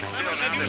There's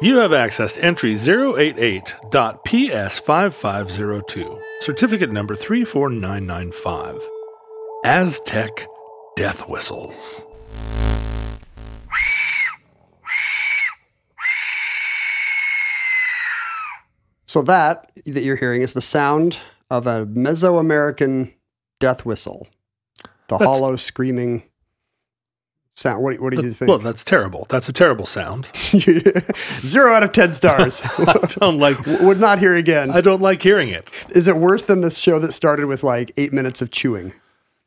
You have accessed entry 088.PS5502, certificate number 34995. Aztec Death Whistles. So, that that you're hearing is the sound of a Mesoamerican death whistle, the That's- hollow screaming sound. What, do- what do you think? Well, that's terrible. That's a terrible sound. Zero out of 10 stars. I don't like Would not hear again. I don't like hearing it. Is it worse than this show that started with like eight minutes of chewing?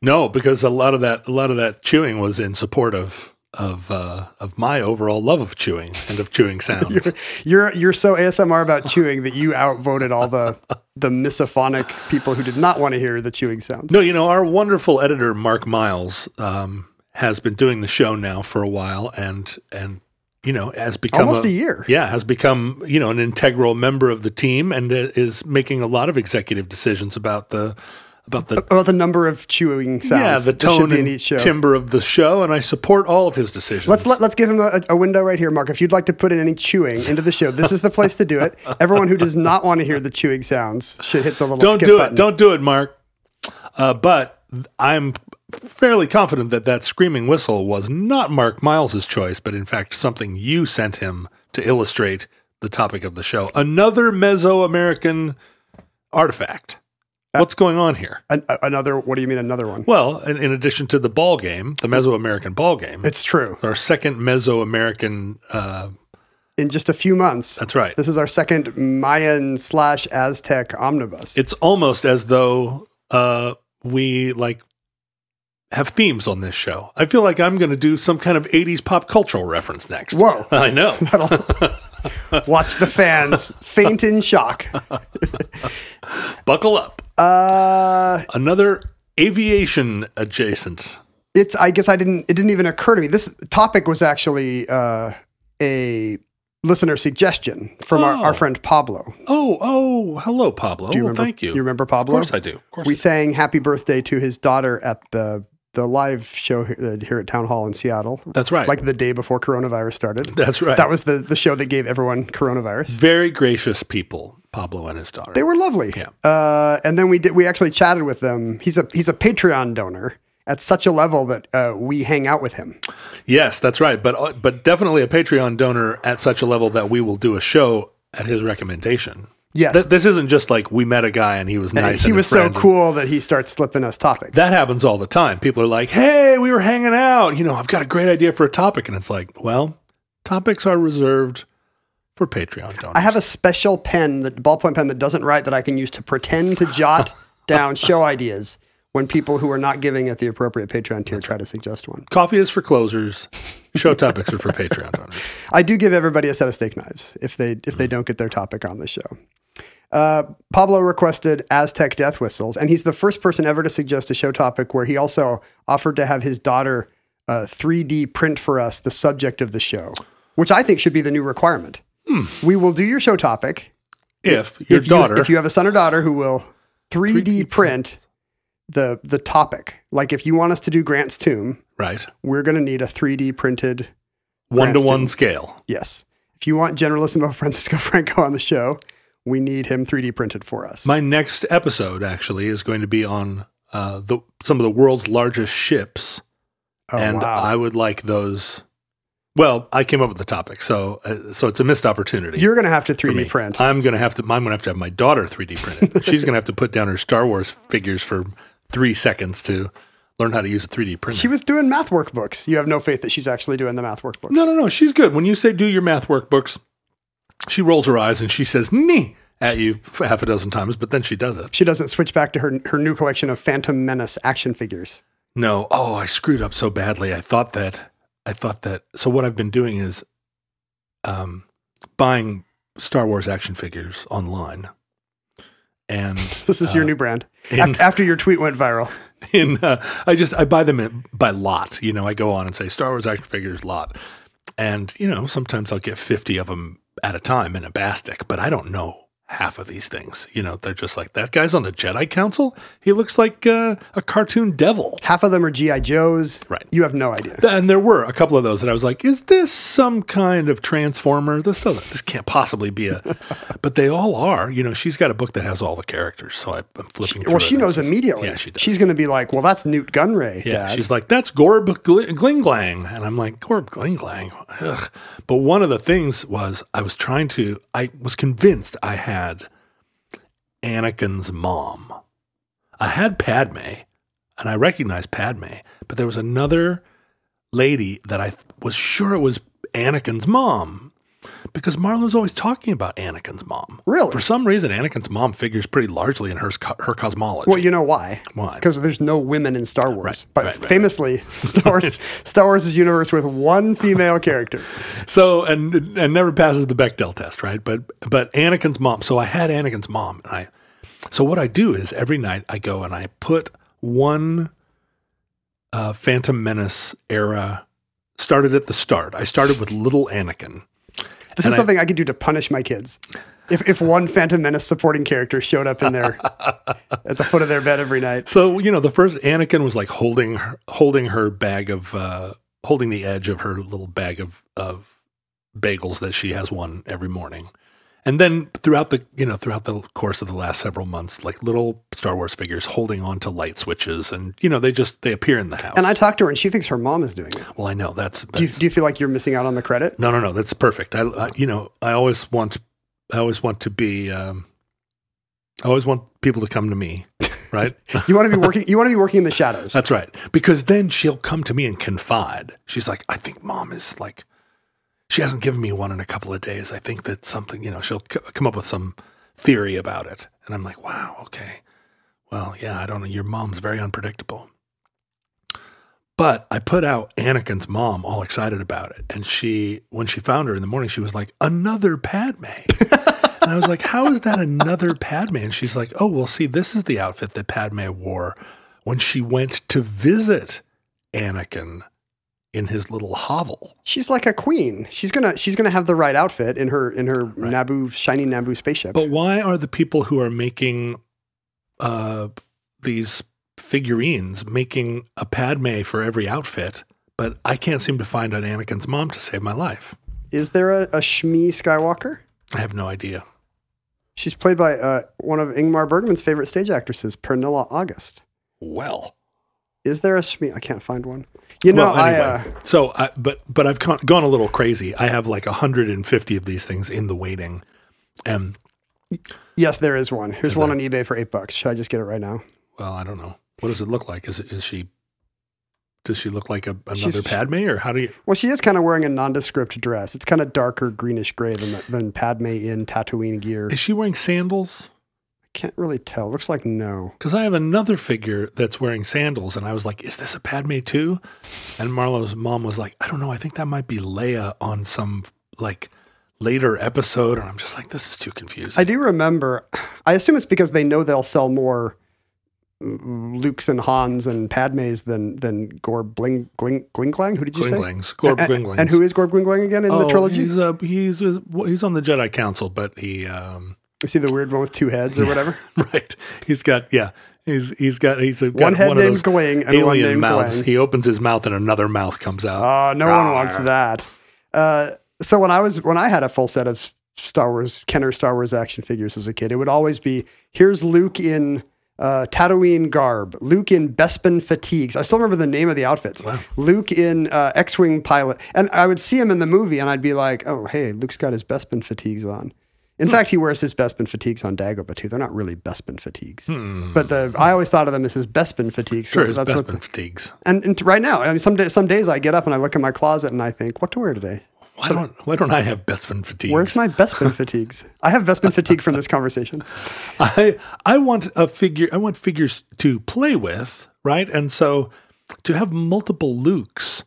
No, because a lot of that a lot of that chewing was in support of of uh, of my overall love of chewing and of chewing sounds. You're you're so ASMR about chewing that you outvoted all the the misophonic people who did not want to hear the chewing sounds. No, you know, our wonderful editor Mark Miles um, has been doing the show now for a while, and and you know has become Almost a year. Yeah, has become you know an integral member of the team, and uh, is making a lot of executive decisions about the about the. About the number of chewing sounds. yeah, the that should tone be in and each show. timbre of the show, and I support all of his decisions. Let's let, let's give him a, a window right here, Mark. If you'd like to put in any chewing into the show, this is the place to do it. Everyone who does not want to hear the chewing sounds should hit the little don't skip do button. it. Don't do it, Mark. Uh, but I'm fairly confident that that screaming whistle was not Mark Miles's choice, but in fact something you sent him to illustrate the topic of the show. Another Mesoamerican artifact. Uh, What's going on here? An- a- another. What do you mean another one? Well, in, in addition to the ball game, the Mesoamerican ball game, It's true. our second Mesoamerican. Uh, In just a few months, that's right. This is our second Mayan slash Aztec omnibus. it's almost as though uh, we like have themes on this show. I feel like I'm going to do some kind of 80s pop cultural reference next. Whoa. I know. Watch the fans faint in shock. Buckle up. Uh, Another aviation adjacent. it's. I guess I didn't. It didn't even occur to me. This topic was actually uh, a listener suggestion from our, our Oh. friend Pablo. Oh, oh, hello Pablo. Do you Well, remember? thank you. Do you remember Of Pablo? course I do. Of course. We I do. sang "Happy Birthday" to his daughter at the the live show here, uh, here at Town Hall in Seattle, That's right. like the day before coronavirus started. That's right. That was the the show that gave everyone coronavirus. very gracious people, Pablo and his daughter. They were lovely. Yeah. Uh, and then we did. We actually chatted with them. He's a he's a Patreon donor at such a level that uh, we hang out with him. yes, that's right. But uh, but definitely a Patreon donor at such a level that we will do a show at his recommendation. Yes. Th- this isn't just like we met a guy and he was nice. he and a was so friend and- cool that he starts slipping us topics. That happens all the time. People are like, "Hey, we were hanging out. You know, I've got a great idea for a topic," and it's like, "Well, topics are reserved for Patreon donors." I have a special pen, that ballpoint pen that doesn't write that I can use to pretend to jot down show ideas when people who are not giving at the appropriate Patreon tier try to suggest one. Coffee is for closers. Show topics are for Patreon donors. I do give everybody a set of steak knives if they if they don't get their topic on the show. Uh, Pablo requested Aztec death whistles, and he's the first person ever to suggest a show topic where he also offered to have his daughter uh, 3D print for us the subject of the show, which I think should be the new requirement. We will do your show topic If your if daughter, you, if you have a son or daughter who will 3D, print the the topic. Like if you want us to do Grant's tomb, right, we're going to need a 3D printed one to one scale, Yes. If you want Generalissimo Francisco Franco on the show, We need him 3D printed for us. My next episode actually is going to be on uh, the some of the world's largest ships, oh, and wow. I would like those. Well, I came up with the topic, so uh, so it's a missed opportunity. You're going to have to for 3D me. print. I'm gonna have to. I'm gonna have to have my daughter 3D print it. She's gonna have to put down her Star Wars figures for three seconds to learn how to use a 3D printer. she was doing math workbooks. You have no faith that she's actually doing the math workbooks. no, no, no. She's good. When you say do your math workbooks, she rolls her eyes and she says "nee" at you f- half a dozen times, but then she does it. She doesn't switch back to her her new collection of Phantom Menace action figures. No. Oh, I screwed up so badly. I thought that. I thought that. So what I've been doing is, um, buying Star Wars action figures online, and This is your new brand. Af- Uh, in- after your tweet went viral, in uh, I just I buy them in, by lot. You know, I go on and say Star Wars action figures lot, and you know sometimes I'll get fifty of them at a time in a bastic, but I don't know half of these things. You know, they're just like that guy's on the Jedi Council. He looks like uh, a cartoon devil. half of them are GI Joes. Right. You have no idea. Th- And there were a couple of those that I was like, is this some kind of transformer? This doesn't, this can't possibly be a, but they all are. You know, she's got a book that has all the characters. So I, I'm flipping through well, it she and knows it's- immediately. Yeah, she does. She's going to be like, "Well, that's Newt Gunray, yeah, Dad." she's like, that's Gorb Gl- Glinglang. And I'm like, Gorb Glinglang? Ugh. But one of the things was I was trying to, I was convinced I had Anakin's mom. I had Padme, and I recognized Padme, but there was another lady that I th- was sure it was Anakin's mom because Marlon was always talking about Anakin's mom. Really? For some reason, Anakin's mom figures pretty largely in her, sc- her cosmology. well, you know why? Why? Because there's no women in Star Wars. Right, but right, right, famously, Star Wars, Star Wars is a universe with one female character. So and and never passes the Bechdel test, right? But but Anakin's mom. So I had Anakin's mom, and I. So what I do is every night I go and I put one uh, Phantom Menace era. Started at the start. I started with Little Anakin. This And is I- something I could do to punish my kids. If, if one Phantom Menace supporting character showed up in their at the foot of their bed every night, So you know, the first Anakin was like holding her, holding her bag of uh, holding the edge of her little bag of of bagels that she has one every morning, and then throughout the you know throughout the course of the last several months, like little Star Wars figures holding on to light switches, and you know they just they appear in the house. and I talked to her, and she thinks her mom is doing it. well, I know that's, Do you, that's- do you feel like you're missing out on the credit? no no no that's perfect. I, I you know I always want I always want to be um, I always want people to come to me, right? You want to be working. You want to be working in the shadows. That's right. Because then she'll come to me and confide. She's like, I think mom is like, she hasn't given me one in a couple of days. I think that something, you know, she'll c- come up with some theory about it. And I'm like, wow, okay. Well, yeah, I don't know. Your mom's very unpredictable. But I put out Anakin's mom all excited about it. And she, when she found her in the morning, she was like, another Padme. And I was like, how is that another Padme? And she's like, oh, well, see, this is the outfit that Padme wore when she went to visit Anakin in his little hovel. She's like a queen. She's gonna she's gonna have the right outfit in her in her Naboo shiny Naboo spaceship. But why are the people who are making uh, these figurines making a Padme for every outfit? But I can't seem to find an Anakin's mom to save my life. Is there a, a Shmi Skywalker? I have no idea. She's played by uh, one of Ingmar Bergman's favorite stage actresses, Pernilla August. Well, Is there a Shmi? I can't find one. You know, well, anyway, I uh, so I, but but I've con- gone a little crazy. I have like 150 of these things in the waiting, and yes, there is one. Here's Is one there? on eBay for eight bucks. Should I just get it right now? well, I don't know. What does it look like? Is it, is she? Does she look like a, another She's- Padme, or how do you? Well, she is kind of wearing a nondescript dress. It's kind of darker greenish gray than the- than Padme in Tatooine gear. I Is she wearing sandals? can't really tell. Looks like no. Because I have another figure that's wearing sandals, and I was like, "Is this a Padme too?" And Marlowe's mom was like, "I don't know. I think that might be Leia on some like later episode." And I'm just like, "This is too confusing." I do remember. I assume it's because they know they'll sell more Lukes and Hans and Padmes than than Gorb Bling Gling Glinglang. Who did you Glinglings, say? Glorb And- and- Glinglings. And who is Gorb Glinglang again in the Oh, trilogy? He's, uh, he's he's on the Jedi Council, but he um, You see the weird one with two heads or whatever. right. He's got yeah. He's he's got he's got One head of named those Gling and one alien named Ah, mouths. Glang. He opens his mouth and another mouth comes out. Uh, Oh, no one wants that. Uh, so when I was when I had a full set of Star Wars Kenner Star Wars action figures as a kid. It would always be here's Luke in uh, Tatooine garb, Luke in Bespin fatigues. I still remember the name of the outfits. Luke in uh, X-wing pilot, and I would see him in the movie, and I'd be like, oh hey, Luke's got his Bespin fatigues on. Hmm. In fact, he wears his Bespin fatigues on Dagobah too. They're not really Bespin fatigues, but the I always thought of them as his Bespin fatigues. Hmm. Sure, so it's that's what. The, Bespin fatigues. and, and right now, I mean, some day, some days I get up and I look at my closet and I think, what to wear today? Why don't Why don't I have Bespin fatigues? Where's my Bespin fatigues? I have Bespin fatigue from this conversation. I I want a figure. I want figures to play with, right? And so, to have multiple Lukes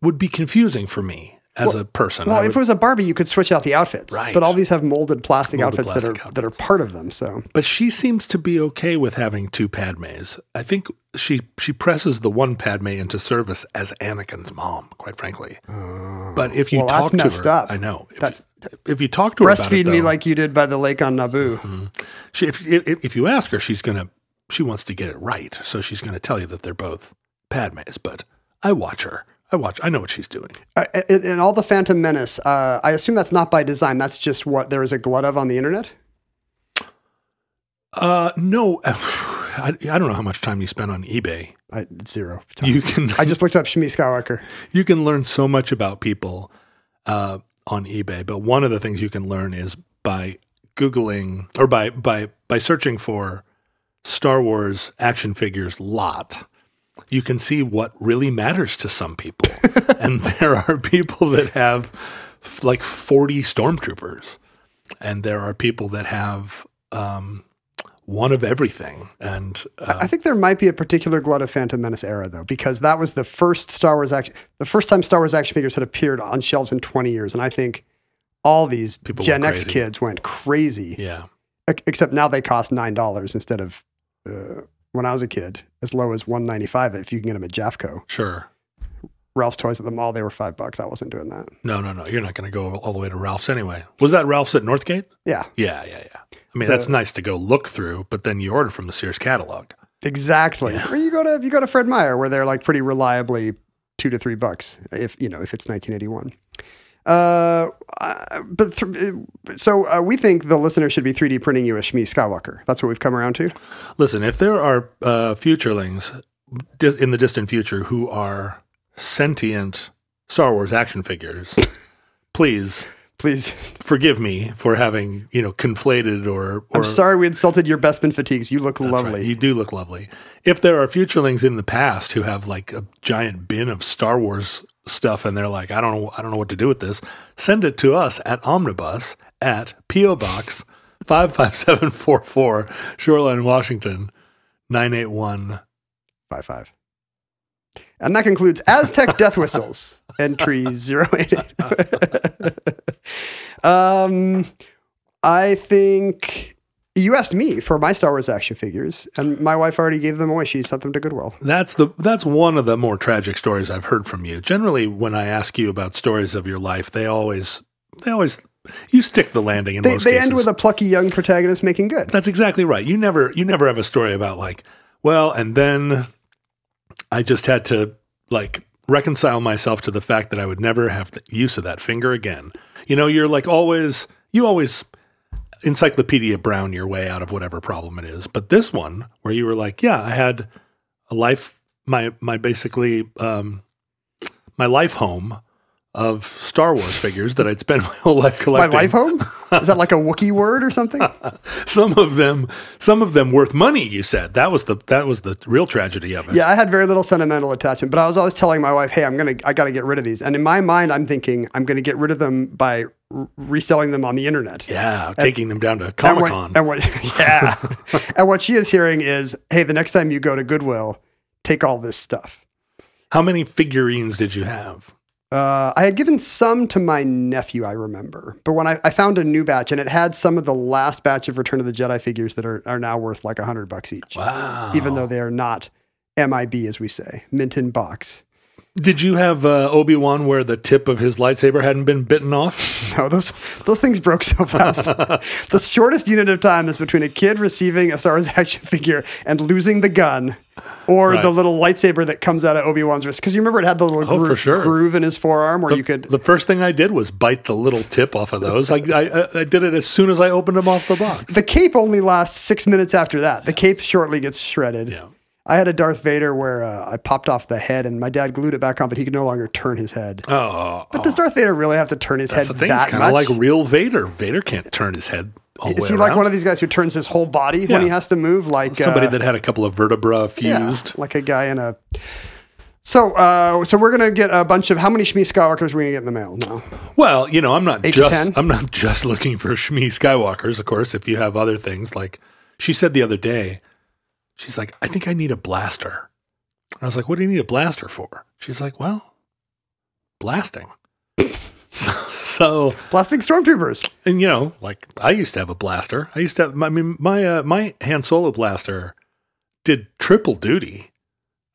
would be confusing for me as a person. I Well, would- if it was a Barbie, you could switch out the outfits, Right. but all these have molded plastic outfits that are plastic that are part of them. So but she seems to be okay with having two Padmes. I think she she presses the one Padme into service as Anakin's mom. Quite frankly, but if you Oh. Well, that's talk to messed her, up. I know. If, That's- if you talk to her, about it, breastfeed me though, Mm-hmm. like you did by the lake on Naboo. she, if, if if you ask her, she's gonna she wants to get it right, so she's gonna tell you that they're both Padmes. But I watch her. I watch. I know what she's doing. Uh, in, in all the Phantom Menace, uh, I assume that's not by design. That's just what there is a glut of on the internet. Uh, no, I, I don't know how much time you spent on eBay. I, zero. Time. You can I just looked up Shmi Skywalker. you can learn so much about people uh, on eBay, but one of the things you can learn is by googling or by by by searching for Star Wars action figures lot. You can see what really matters to some people, and there are people that have f- like forty stormtroopers, and there are people that have um, one of everything, and uh, I think there might be a particular glut of Phantom Menace era though, because that was the first Star Wars action, the first time Star Wars action figures had appeared on shelves in 20 years, and I think all these People Gen went X crazy. kids went crazy. yeah, Ex- Except now they cost nine dollars instead of uh, when I was a kid, as low as 195 if you can get them at Jeffco. sure. Ralph's Toys at the mall, they were five bucks. I wasn't doing that. No, no, no. You're not going to go all the way to Ralph's anyway. Was that Ralph's at Northgate? Yeah, Yeah, yeah, yeah. I mean, that's nice to go look through, but then you order from the Sears catalog. exactly. Or you go to you go to Fred Meyer, where they're like pretty reliably two to three bucks if you know if it's 1981. Uh, I- but th- so uh, we think the listener should be 3D printing you a Shmi Skywalker. That's what we've come around to. Listen, if there are uh, futurelings dis- in the distant future who are sentient Star Wars action figures, please Please, forgive me for having you know conflated or. or I'm sorry we insulted your Bespin fatigues. You look That's lovely. right, you do look lovely. If there are futurelings in the past who have like a giant bin of Star Wars stuff and they're like, I don't know, I don't know what to do with this, send it to us at Omnibus at PO Box five five seven four four Shoreline, Washington nine eight one. Five five. And that concludes Aztec Death Whistles, entry 088. um, I think you asked me for my Star Wars action figures, and my wife already gave them away. She sent them to Goodwill. That's the that's one of the more tragic stories I've heard from you. Generally, when I ask you about stories of your life, they always they always you stick the landing in They, most they cases. end with a plucky young protagonist making good. That's exactly right. You never you never have a story about like, well, and then I just had to like reconcile myself to the fact that I would never have the use of that finger again. You know, you're like always you always encyclopedia brown your way out of whatever problem it is. But this one where you were like, yeah, I had a life my my basically um my life home of Star Wars figures that I'd spent my whole life My collecting life home? Is that like a Wookiee word or something? some of them some of them worth money you said that was the that was the real tragedy of it Yeah, I had very little sentimental attachment, but I was always telling my wife, "Hey, I'm gonna, I gotta get rid of these." And in my mind, I'm thinking, I'm gonna get rid of them by r- reselling them on the internet. Yeah, taking them down to And comic what, con and what, yeah, and what she is hearing is, "Hey, the next time you go to Goodwill, take all this stuff." how many figurines did you have Uh, I had given some to my nephew, I remember, but when I, I found a new batch and it had some of the last batch of Return of the Jedi figures that are, are now worth like a hundred bucks each, wow even though they are not MIB as we say, mint in box. Did you have uh, Obi Wan where the tip of his lightsaber hadn't been bitten off? No, those those things broke so fast. the shortest unit of time is between a kid receiving a Star Wars action figure and losing the gun, or Right. the little lightsaber that comes out of Obi Wan's wrist. Because you remember it had the little Oh, for groove, sure. groove in his forearm where you could. The first thing I did was bite the little tip off of those. I, I, I- I did it as soon as I opened them off the box. the cape only lasts six minutes after that. The cape shortly gets shredded. Yeah. I had a Darth Vader where uh, I popped off the head, and my dad glued it back on, but he could no longer turn his head. Oh, But does Darth Vader really have to turn his that's the head thing. It's that kind of much? like real Vader. Vader can't turn his head all the is way he around. like one of these guys who turns his whole body Yeah. when he has to move? Like Somebody uh, that had a couple of vertebrae Yeah, fused. like a guy in a. So, uh, so we're gonna get a bunch of how many Shmi Skywalkers are we gonna get in the mail now? Well, you know, I'm not Eight to ten? just I'm not just looking for Shmi Skywalkers, of course, if you have other things like she said the other day, she's like, I think I need a blaster. And I was like, What do you need a blaster for? She's like, Well, blasting. so, so Plastic stormtroopers. and you know, like I used to have a blaster. I used to have, I mean, my uh, my hand solo blaster did triple duty.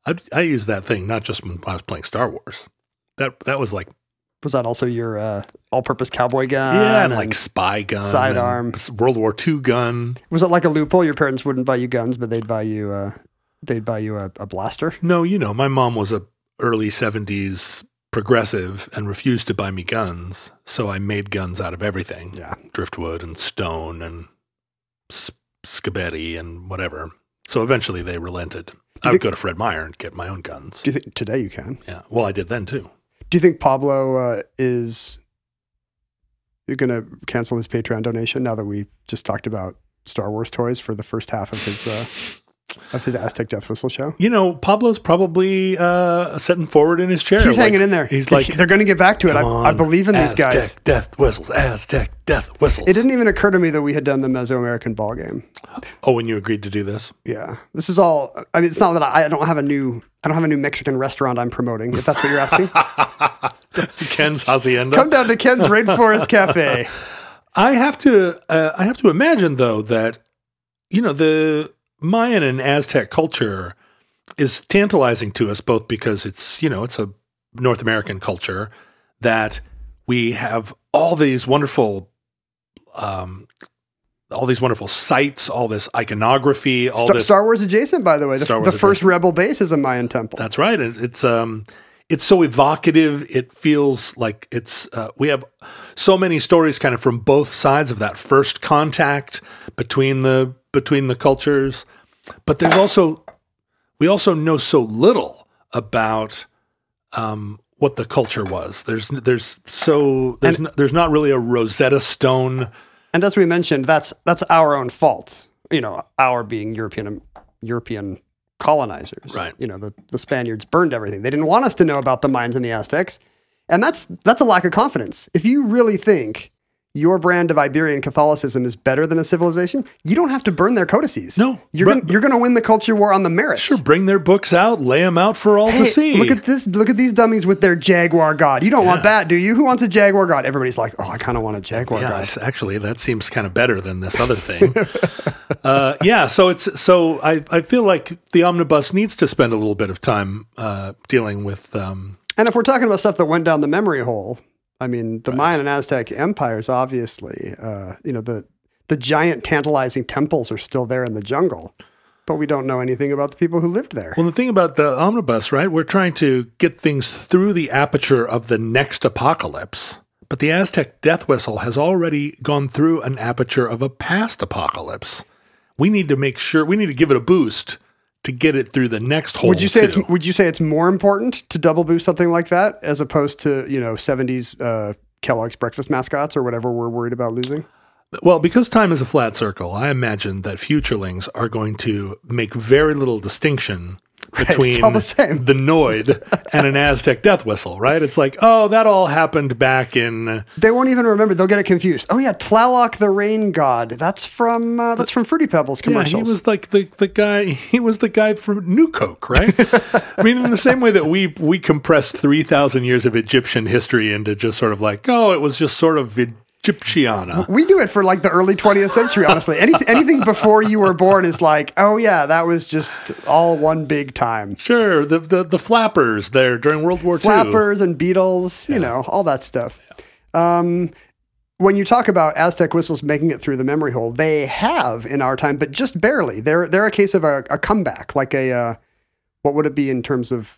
I, I used that thing not just when I was playing Star Wars. That that was like Was that also your uh, all-purpose cowboy gun? yeah, and Um, like spy gun, and sidearm. s- World War II gun. was it like a loophole? Your parents wouldn't buy you guns, but they'd buy you uh, they'd buy you a, a blaster. No, you know, my mom was a early '70s progressive and refused to buy me guns, so I made guns out of everything: Yeah. driftwood and stone and s- scabetti and whatever. So eventually, they relented. I would think- go to Fred Meyer and get my own guns. Do you think today you can? Yeah, well, I did then too. Do you think Pablo uh, is you're gonna cancel his Patreon donation now that we just talked about Star Wars toys for the first half of his uh, of his Aztec Death Whistle show? You know, Pablo's probably uh, sitting forward in his chair. He's like- hanging in there. He's like, they're going to get back to it. I, "Come I on, believe in these guys. Aztec death whistles, Aztec death whistles. It didn't even occur to me that we had done the Mesoamerican ball game. Oh, when you agreed to do this? Yeah, this is all. I mean, it's not that I, I don't have a new. I don't have a new Mexican restaurant I'm promoting. If that's what you're asking, Ken's hacienda. come down to Ken's Rainforest Cafe. I have to. Uh, I have to imagine though that you know the Mayan and Aztec culture is tantalizing to us both because it's you know it's a North American culture that we have all these wonderful. Um, all these wonderful sites, all this iconography, all Star, this Star Wars adjacent, by the way. The, Star Wars the first Rebel base is a Mayan temple. That's right. It, it's um, it's so evocative. It feels like it's uh, we have so many stories kind of from both sides of that first contact between the between the cultures, but there's also we also know so little about um, what the culture was. There's there's so there's n- there's not really a Rosetta Stone. And as we mentioned, that's that's our own fault. You know, our being European um, European colonizers. Right. You know, the, the Spaniards burned everything. They didn't want us to know about the mines and the Aztecs. And that's that's a lack of confidence. If you really think your brand of Iberian Catholicism is better than a civilization, you don't have to burn their codices. No, You're but- gonna, you're going to win the culture war on the merits. Sure, bring their books out, lay them out for all to Hey, see. Look at this! Look at these dummies with their jaguar god. You don't want that, do you? Who wants a jaguar god? Everybody's like, "Oh, I kind of want a jaguar Yeah, god." s- actually, that seems kind of better than this other thing. uh, yeah, so it's so I I feel like the omnibus needs to spend a little bit of time uh, dealing with. Um, And if we're talking about stuff that went down the memory hole, I mean, the Mayan and Aztec empires, obviously, uh, you know, the, the giant tantalizing temples are still there in the jungle, but we don't know anything about the people who lived there. well, the thing about the omnibus, right? We're trying to get things through the aperture of the next apocalypse, but the Aztec death whistle has already gone through an aperture of a past apocalypse. We need to make sure we need to give it a boost to get it through the next hole. would you say too. it's would you say it's more important to double boost something like that as opposed to you know seventies uh, Kellogg's breakfast mascots or whatever we're worried about losing? Well, because time is a flat circle, I imagine that futurelings are going to make very little distinction between all the same. Noid and an Aztec death whistle, right? It's like, oh, that all happened back in They won't even remember. They'll get it confused. Oh yeah, Tlaloc the rain god. That's from uh, that's from Fruity Pebbles yeah, commercials. he was like the, the guy he was the guy from New Coke, right? I mean, in the same way that we we compressed three thousand years of Egyptian history into just sort of like, oh, it was just sort of Gyptiana. We do it for like the early 20th century, honestly. Any, anything before you were born is like, oh yeah, that was just all one big time. Sure, the, the the flappers there during World War II. flappers and beetles, you know, all that stuff. Um, when you talk about Aztec whistles making it through the memory hole, they have in our time, but just barely. They're they're a case of a, a comeback, like a uh, what would it be in terms of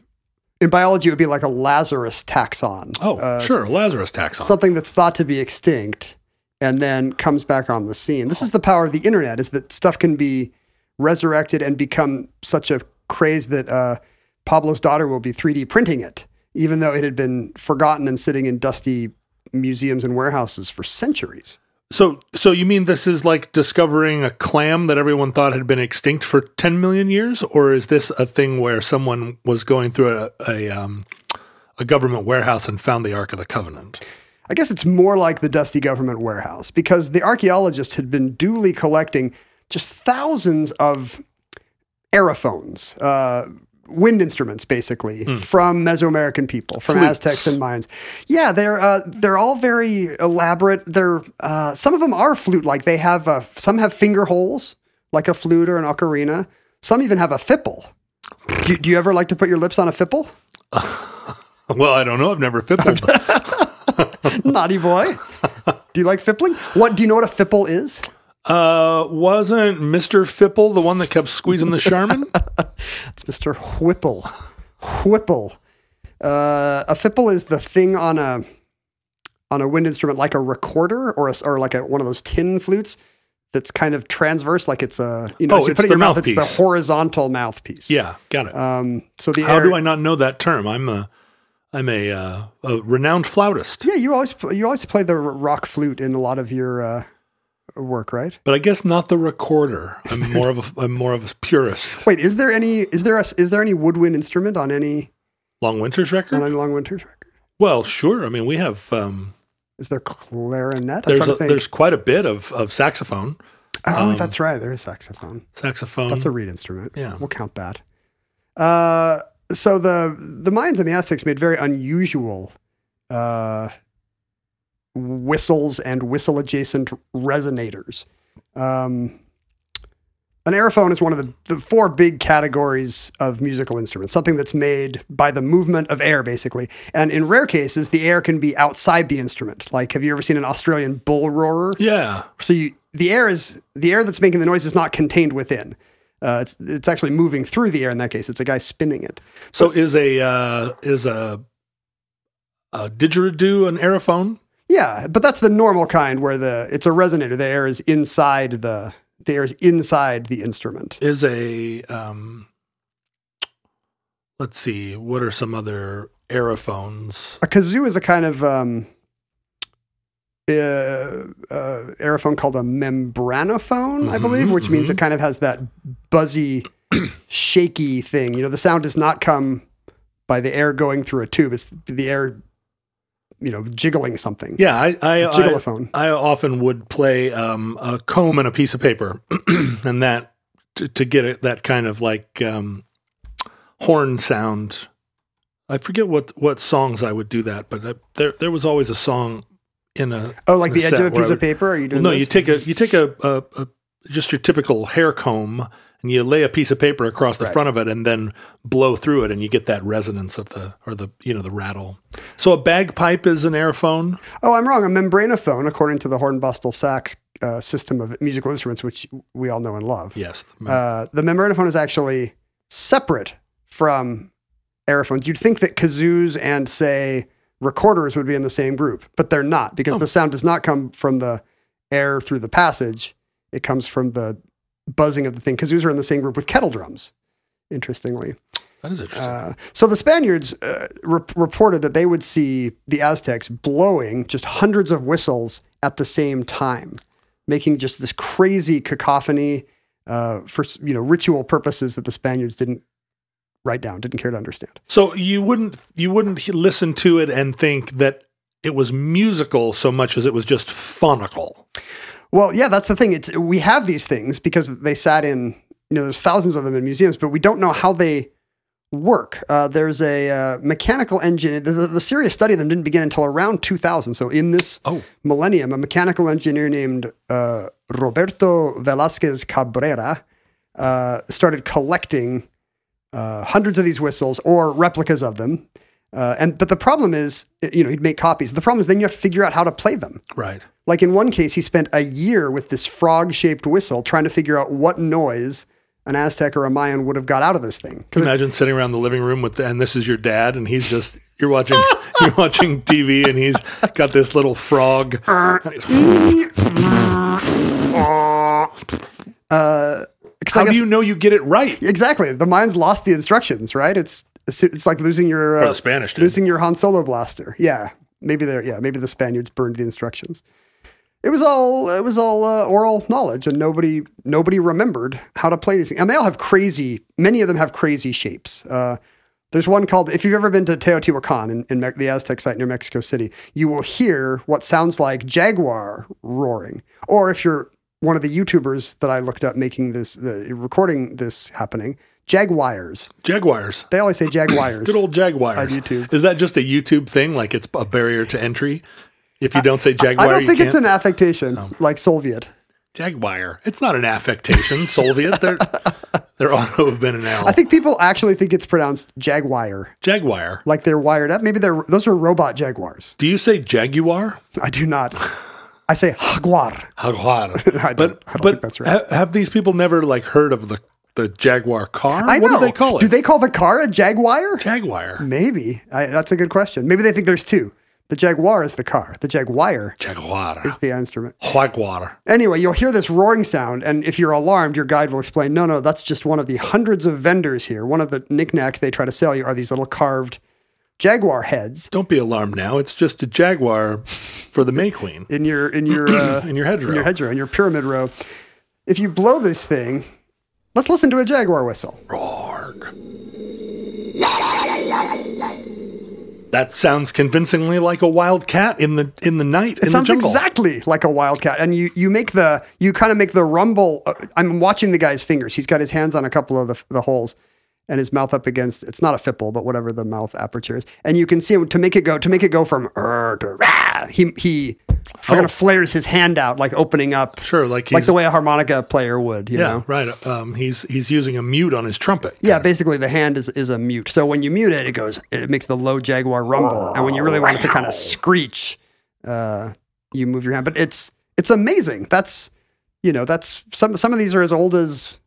in biology? It would be like a Lazarus taxon. Oh, uh, sure, Lazarus taxon. something that's thought to be extinct and then comes back on the scene. This is the power of the internet: is that stuff can be resurrected and become such a craze that uh, Pablo's daughter will be 3D printing it, even though it had been forgotten and sitting in dusty museums and warehouses for centuries. So, so you mean this is like discovering a clam that everyone thought had been extinct for 10 million years, or is this a thing where someone was going through a a, um, a government warehouse and found the Ark of the Covenant? I guess it's more like the dusty government warehouse because the archaeologists had been duly collecting just thousands of aerophones, uh, wind instruments, basically, from Mesoamerican people, from Flutes. Aztecs and Mayans. Yeah, they're uh, they're all very elaborate. They're uh, some of them are flute like. They have uh, some have finger holes like a flute or an ocarina. Some even have a fipple. Do, do you ever like to put your lips on a fipple, Well, I don't know. I've never fippled. naughty boy? do you like fippling? What do you know what a fipple is? uh, wasn't Mister Fipple the one that kept squeezing the Charmin? It's Mr. Whipple. Whipple. Uh, a fipple is the thing on a on a wind instrument, like a recorder or a, or like a, one of those tin flutes that's kind of transverse, like it's a you know, Oh, as you it's put it in the your mouth, it's mouthpiece. the horizontal mouthpiece. yeah, got it. Um. So the How air, do I not know that term? I'm a I'm a, uh, a renowned flautist, Yeah, you always pl- you always play the r- rock flute in a lot of your uh, work, right? but I guess not the recorder. I'm more of a I'm more of a purist. Wait, is there any is there a, s- is there any woodwind instrument on any Long Winter's record. on any Long Winter's record? Well, sure. I mean, we have um, Is there clarinet? I'm there's trying a, to think. there's um, quite a bit of, of saxophone, oh, that's right. There is saxophone. saxophone. That's a reed instrument. Yeah. we'll count that. Uh, so the the Mayans and the Aztecs made very unusual uh, whistles and whistle adjacent resonators. Um, an aerophone is one of the, the four big categories of musical instruments, something that's made by the movement of air, basically. And in rare cases, the air can be outside the instrument. Like, have you ever seen an Australian bull roarer? yeah, so you, the air is the air that's making the noise is not contained within. Uh, it's it's actually moving through the air in that case. It's a guy spinning it. So is a uh, is a, a didgeridoo an aerophone? Yeah, but that's the normal kind where the it's a resonator. The air is inside the the air is inside the instrument. Is a um, let's see, what are some other aerophones? A kazoo is a kind of um, uh, uh, aerophone called a membranophone, Mm-hmm, I believe, which means it kind of has that buzzy, shaky thing. You know, the sound does not come by the air going through a tube. It's the air, you know, jiggling something. Yeah, I I, I, Jiggleophone. I often would play um, a comb and a piece of paper, and that to, to get it that kind of like um, horn sound. I forget what what songs I would do that, but I, there there was always a song in a Oh, like in the edge set of a where I piece of would- paper? Are you doing no, this? you take a you take a, a, a just your typical hair comb and you lay a piece of paper across the front of it and then blow through it and you get that resonance of the or the you know the rattle. So a bagpipe is an airphone. Oh, I'm wrong. A membranophone, according to the hornbostel sax uh, system of musical instruments, which we all know and love. Yes. Uh, the membranophone is actually separate from aerophones. You'd think that kazoos and, say, recorders would be in the same group, but they're not because the sound does not come from the air through the passage. It comes from the buzzing of the thing. Kazoos are in the same group with kettle drums, interestingly. that is interesting. Uh, so the Spaniards uh, re- reported that they would see the Aztecs blowing just hundreds of whistles at the same time, making just this crazy cacophony uh, for s- you know ritual purposes that the Spaniards didn't write down, didn't care to understand. So you wouldn't you wouldn't he- listen to it and think that it was musical so much as it was just phonical. Well, yeah, that's the thing. It's we have these things because they sat in you know there's thousands of them in museums, but we don't know how they work. Uh, there's a uh, mechanical engineer. The, the, the serious study of them didn't begin until around 2000. So in this Oh. millennium, a mechanical engineer named uh, Roberto Velasquez Cabrera uh, started collecting uh, hundreds of these whistles or replicas of them. Uh, and but the problem is, you know, he'd make copies. The problem is then you have to figure out how to play them. Right. Like in one case, he spent a year with this frog shaped whistle trying to figure out what noise an Aztec or a Mayan would have got out of this thing. 'Cause Imagine sitting around the living room with, and this is your dad, and he's just you're watching you're watching TV, and he's got this little frog. And he's- Because How I guess do you know you get it right? exactly the mind's lost the instructions, right? It's it's, it's like losing your uh, Or Oh, the Spanish did. losing your Han Solo blaster. Yeah, maybe they're yeah maybe the Spaniards burned the instructions. It was all it was all uh, oral knowledge, and nobody nobody remembered how to play these. things. And they all have crazy. Many of them have crazy shapes. Uh, there's one called if you've ever been to Teotihuacan in, in Me- the Aztec site near Mexico City, you will hear what sounds like jaguar roaring. Or if you're one of the YouTubers that I looked up making this uh, recording this happening, jaguars. Jaguars. They always say jaguars. Good old Jaguars. On YouTube. Is that just a YouTube thing? Like it's a barrier to entry? If you don't say Jaguar, I don't you think can't. Oh. it's an affectation like Soviet. Jaguar. It's not an affectation. Soviet. There, there ought to have been an L. I think people actually think it's pronounced jaguar, Jaguar. like they're wired up. Maybe they're those are robot jaguars. Do you say Jaguar? I do not. I say jaguar. Jaguar. I don't, but I don't but think that's right. ha- have these people never like heard of the the Jaguar car? I what know. do they call it? Do they call the car a jaguar? Jaguar. Maybe. I, that's a good question. Maybe they think there's two. The jaguar is the car. The jaguar Jaguar. is the instrument. Jaguar. Anyway, you'll hear this roaring sound, and if you're alarmed, your guide will explain, no, no, that's just one of the hundreds of vendors here. One of the knickknacks they try to sell you are these little carved jaguar heads Don't be alarmed now. It's just a Jaguar for the May Queen in your in your uh, in your hedgerow. in your hedgerow, in your pyramid row. If you blow this thing, let's listen to a jaguar whistle. That sounds convincingly like a wild cat in the in the night It in the sounds jungle. exactly like a wildcat, and you you make the you kind of make the rumble. uh, I'm watching the guy's fingers. He's got his hands on a couple of the, the holes, and his mouth up against it's not a fipple, but whatever the mouth aperture is, and you can see him to make it go to make it go from er to rah. He he Oh. kind of flares his hand out like opening up, Sure, like he's, like the way a harmonica player would. You yeah, know? right. Um, he's he's using a mute on his trumpet. Yeah, basically the hand is, is a mute. So when you mute it, it goes, it makes the low Jaguar rumble. And when you really want it to kind of screech, uh, you move your hand. But it's it's amazing. That's you know that's some some of these are as old as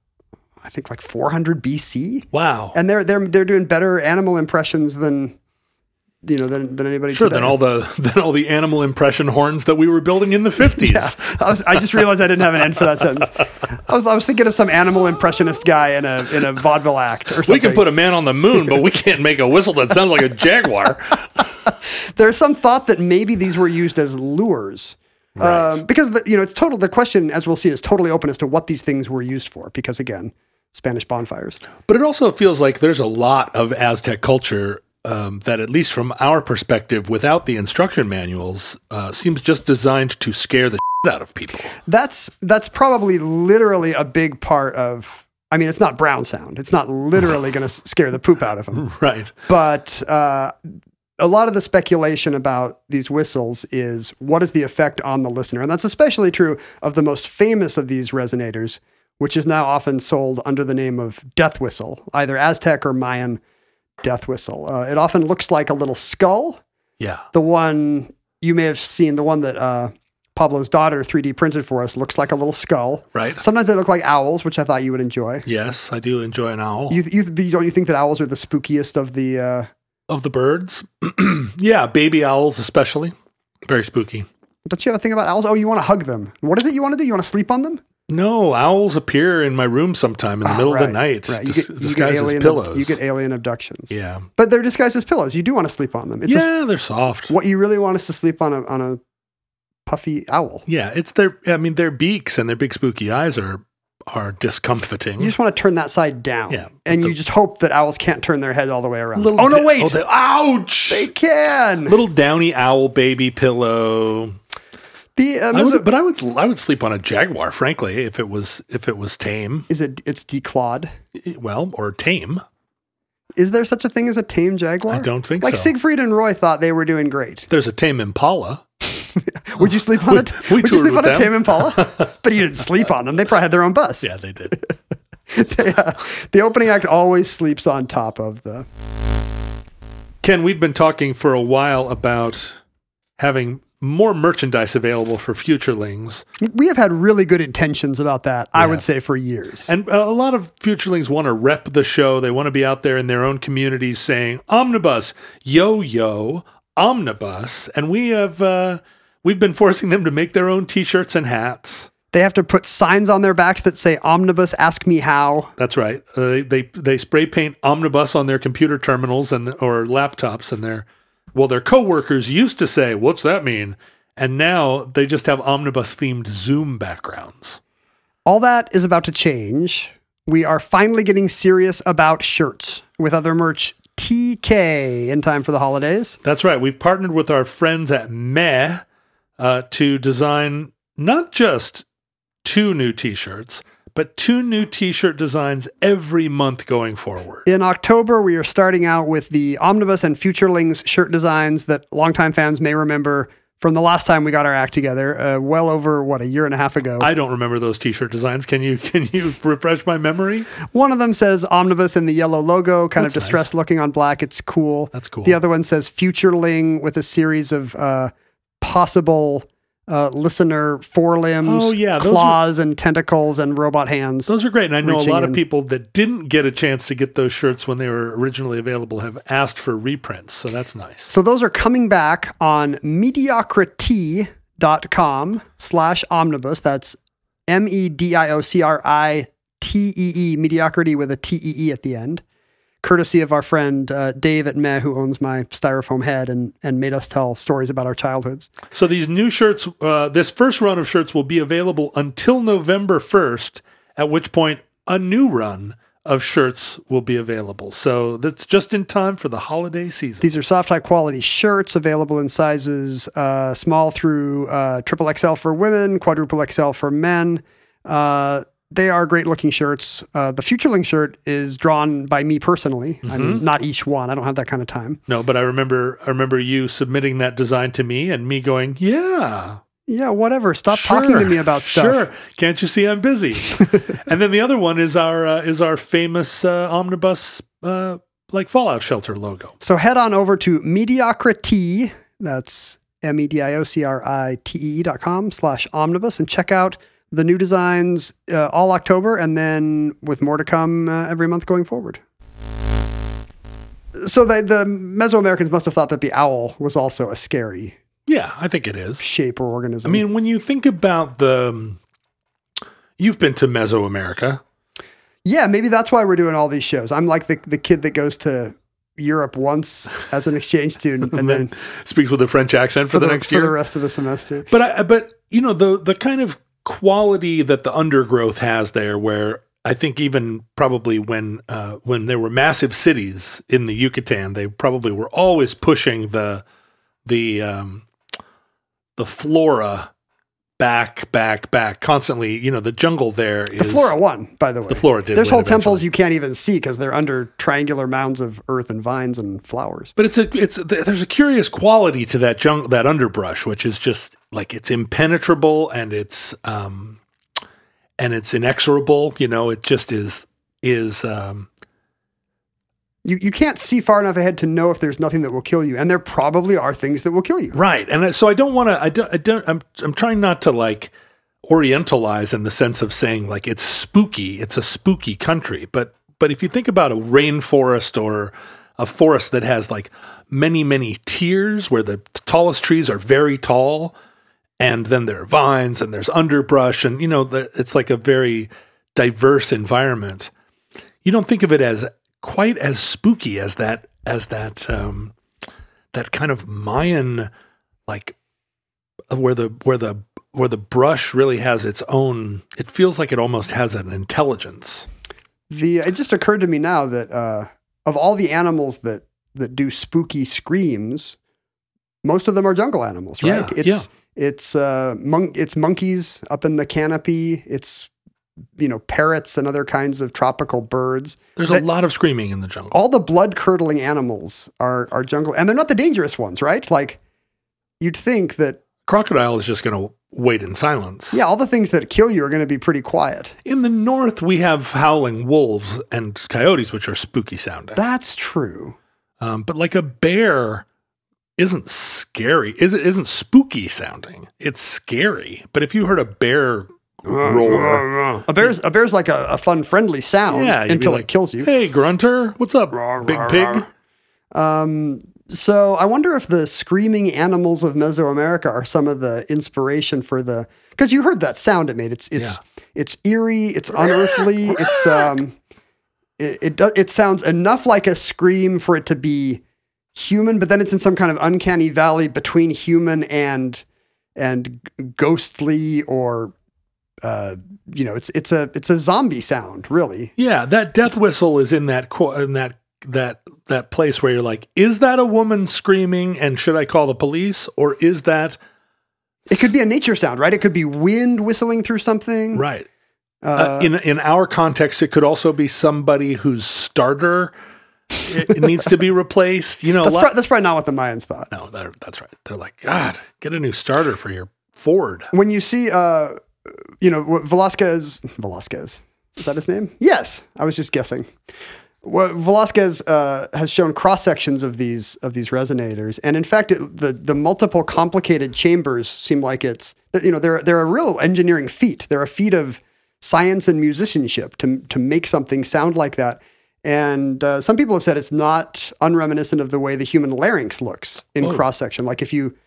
I think like 400 BC, Wow. and they're they're they're doing better animal impressions than you know than than anybody. sure. today. Than all the than all the animal impression horns that we were building in the fifties. Yeah, I, was, I just realized I didn't have an end for that sentence. I was I was thinking of some animal impressionist guy in a in a vaudeville act or something. We can put a man on the moon, but we can't make a whistle that sounds like a jaguar. there's some thought that maybe these were used as lures. Um, because the, you know it's total. The question, as we'll see, is totally open as to what these things were used for. Because again, Spanish bonfires. But it also feels like there's a lot of Aztec culture um, that, at least from our perspective, without the instruction manuals, uh, seems just designed to scare the shit out of people. That's that's probably literally a big part of. I mean, it's not brown sound. It's not literally going to scare the poop out of them. Right. But uh, a lot of the speculation about these whistles is what is the effect on the listener? And that's especially true of the most famous of these resonators, which is now often sold under the name of death whistle, either Aztec or Mayan death whistle. Uh, it often looks like a little skull. Yeah. The one you may have seen, the one that uh, Pablo's daughter 3D printed for us, looks like a little skull. Right. Sometimes they look like owls, which I thought you would enjoy. Yes, I do enjoy an owl. You, you, don't you think that owls are the spookiest of the? Uh, of the birds. yeah, baby owls especially. Very spooky. Don't you have a thing about owls? Oh, you want to hug them. What is it you want to do? You want to sleep on them? No, owls appear in my room sometime in the middle of the night, Ah, Right. dis- disguised as alien, pillows. You get alien abductions. yeah, But they're disguised as pillows. You do want to sleep on them. It's just yeah, they're soft. what you really want is to sleep on a on a puffy owl. Yeah, it's their. I mean, their beaks and their big spooky eyes are are discomfiting. You just want to turn that side down. Yeah. And you just hope that owls can't turn their head all the way around. Little oh no, di- wait. Oh, they- ouch! they can. Little downy owl baby pillow. The um, I is, would, it, but I would I would sleep on a jaguar, frankly, if it was if it was tame, is it it's declawed. well, or tame. Is there such a thing as a tame jaguar? I don't think like so. Siegfried and Roy thought they were doing great. There's a tame impala. Would you sleep on a t- we Would you toured sleep on with a them. tame impala? but you didn't sleep on them. They probably had their own bus. Yeah, they did. They, uh, the opening act always sleeps on top of the. Ken, we've been talking for a while about having more merchandise available for futurelings, We have had really good intentions about that. I would have. say for years. and uh, a lot of futurelings want to rep the show. They want to be out there in their own communities saying "Omnibus, yo yo, Omnibus," and we have uh, we've been forcing them to make their own T-shirts and hats. they have to put signs on their backs that say "Omnibus, ask me how." That's right. Uh, they, they they spray paint omnibus on their computer terminals and or laptops, and their well, their coworkers used to say, "What's that mean?" And now they just have omnibus themed Zoom backgrounds. All that is about to change. We are finally getting serious about shirts with other merch TK in time for the holidays. That's right. We've partnered with our friends at Meh uh, to design not just two new T-shirts, but two new T-shirt designs every month going forward. In October, we are starting out with the Omnibus and Futurelings shirt designs that longtime fans may remember from the last time we got our act together, uh, well over, what, a year and a half ago. I don't remember those T-shirt designs. Can you can you refresh my memory? One of them says Omnibus in the yellow logo, kind of That's nice. distressed looking on black. It's cool. That's cool. The other one says Futureling with a series of uh, possible uh, listener forelimbs, Oh, yeah, those claws and tentacles and robot hands. Those are great. And I know a reaching lot in. of people that didn't get a chance to get those shirts when they were originally available have asked for reprints. So that's nice. so those are coming back on mediocrity.com slash omnibus. That's M E D I O C R I T E E, mediocrity with a T E E at the end. Courtesy of our friend uh, Dave at Meh, who owns my styrofoam head and, and made us tell stories about our childhoods. So these new shirts, uh, this first run of shirts will be available until November 1st, at which point a new run of shirts will be available. So that's just in time for the holiday season. These are soft, high quality shirts available in sizes uh, small through uh, triple XL for women, quadruple XL for men. Uh, they are great looking shirts. Uh, the Futureling shirt is drawn by me personally. I Mm-hmm. mean, not each one. I don't have that kind of time. No, but I remember I remember you submitting that design to me and me going, "Yeah, Yeah, whatever. Stop talking to Sure. me about stuff. Sure, can't you see I'm busy? and then the other one is our uh, is our famous uh, omnibus uh, like Fallout Shelter logo. So head on over to mediocrity. That's M E D I O C R I T E dot com slash omnibus and check out the new designs uh, all October and then with more to come uh, every month going forward. So the, the Mesoamericans must have thought that the owl was also a scary Yeah, I think it is. shape or organism. I mean, when you think about the, um, you've been to Mesoamerica. yeah, maybe that's why we're doing all these shows. I'm like the, the kid that goes to Europe once as an exchange student and then Speaks with a French accent for, the, next for year. the rest of the semester. But I, but you know the the kind of quality that the undergrowth has there, where I think even probably when uh, when there were massive cities in the Yucatan, they probably were always pushing the the um, the flora back back back constantly. You know the jungle there is The Flora won, by the way. The flora did. There's win whole eventually. temples you can't even see because they're under triangular mounds of earth and vines and flowers. But it's a it's th- there's a curious quality to that junk that underbrush, which is just like it's impenetrable and it's um and it's inexorable. You know, it just is is um You you can't see far enough ahead to know if there's nothing that will kill you, and there probably are things that will kill you. right. And I- so I don't want to. I don't. I don't. I'm I'm trying not to like orientalize in the sense of saying like it's spooky. It's a spooky country. But but if you think about a rainforest or a forest that has like many many tiers where the tallest trees are very tall and then there are vines and there's underbrush and you know the, it's like a very diverse environment you don't think of it as quite as spooky as that as that um, that kind of mayan like where the where the where the brush really has its own it feels like it almost has an intelligence The it just occurred to me now that uh, of all the animals that that do spooky screams, most of them are jungle animals, right? Yeah, it's it's uh, mon- it's monkeys up in the canopy. It's you know, parrots and other kinds of tropical birds. There's That- a lot of screaming in the jungle. All the blood curdling animals are are jungle, and they're not the dangerous ones, right? Like you'd think that Crocodile is just going to wait in silence. yeah, all the things that kill you are going to be pretty quiet. In the north, we have howling wolves and coyotes, which are spooky sounding. That's true. Um, but like a bear isn't scary, is it isn't spooky sounding. It's scary. But if you heard a bear roar, A bear's a bear's like a, a fun friendly sound yeah, you'd be until like, it kills you. Hey, grunter, what's up, big pig? Um, so I wonder if the screaming animals of Mesoamerica are some of the inspiration for the because you heard that sound it made. It's it's it's eerie. It's unearthly. it's um, it it, do, it sounds enough like a scream for it to be human, but then it's in some kind of uncanny valley between human and and g- ghostly or uh, you know, it's it's a it's a zombie sound really. Yeah, that death whistle is in that qu- in that that that place where you're like, is that a woman screaming and should I call the police or is that It could be a nature sound, right? It could be wind whistling through something. right? Uh, Uh, in in our context, it could also be somebody whose starter it, it needs to be replaced. You know, That's, lot- prob- that's probably not what the Mayans thought. no, they're- that's right. They're like, God, get a new starter for your Ford. When you see, uh, you know, what Velasquez, Velasquez, is that his name? Yes, I was just guessing. Well, Velasquez uh, has shown cross sections of these of these resonators, and in fact, it, the the multiple complicated chambers seem like it's you know they're they're a real engineering feat. They're a feat of science and musicianship to to make something sound like that. And uh, some people have said it's not unreminiscent of the way the human larynx looks in Whoa. cross section. Like if you,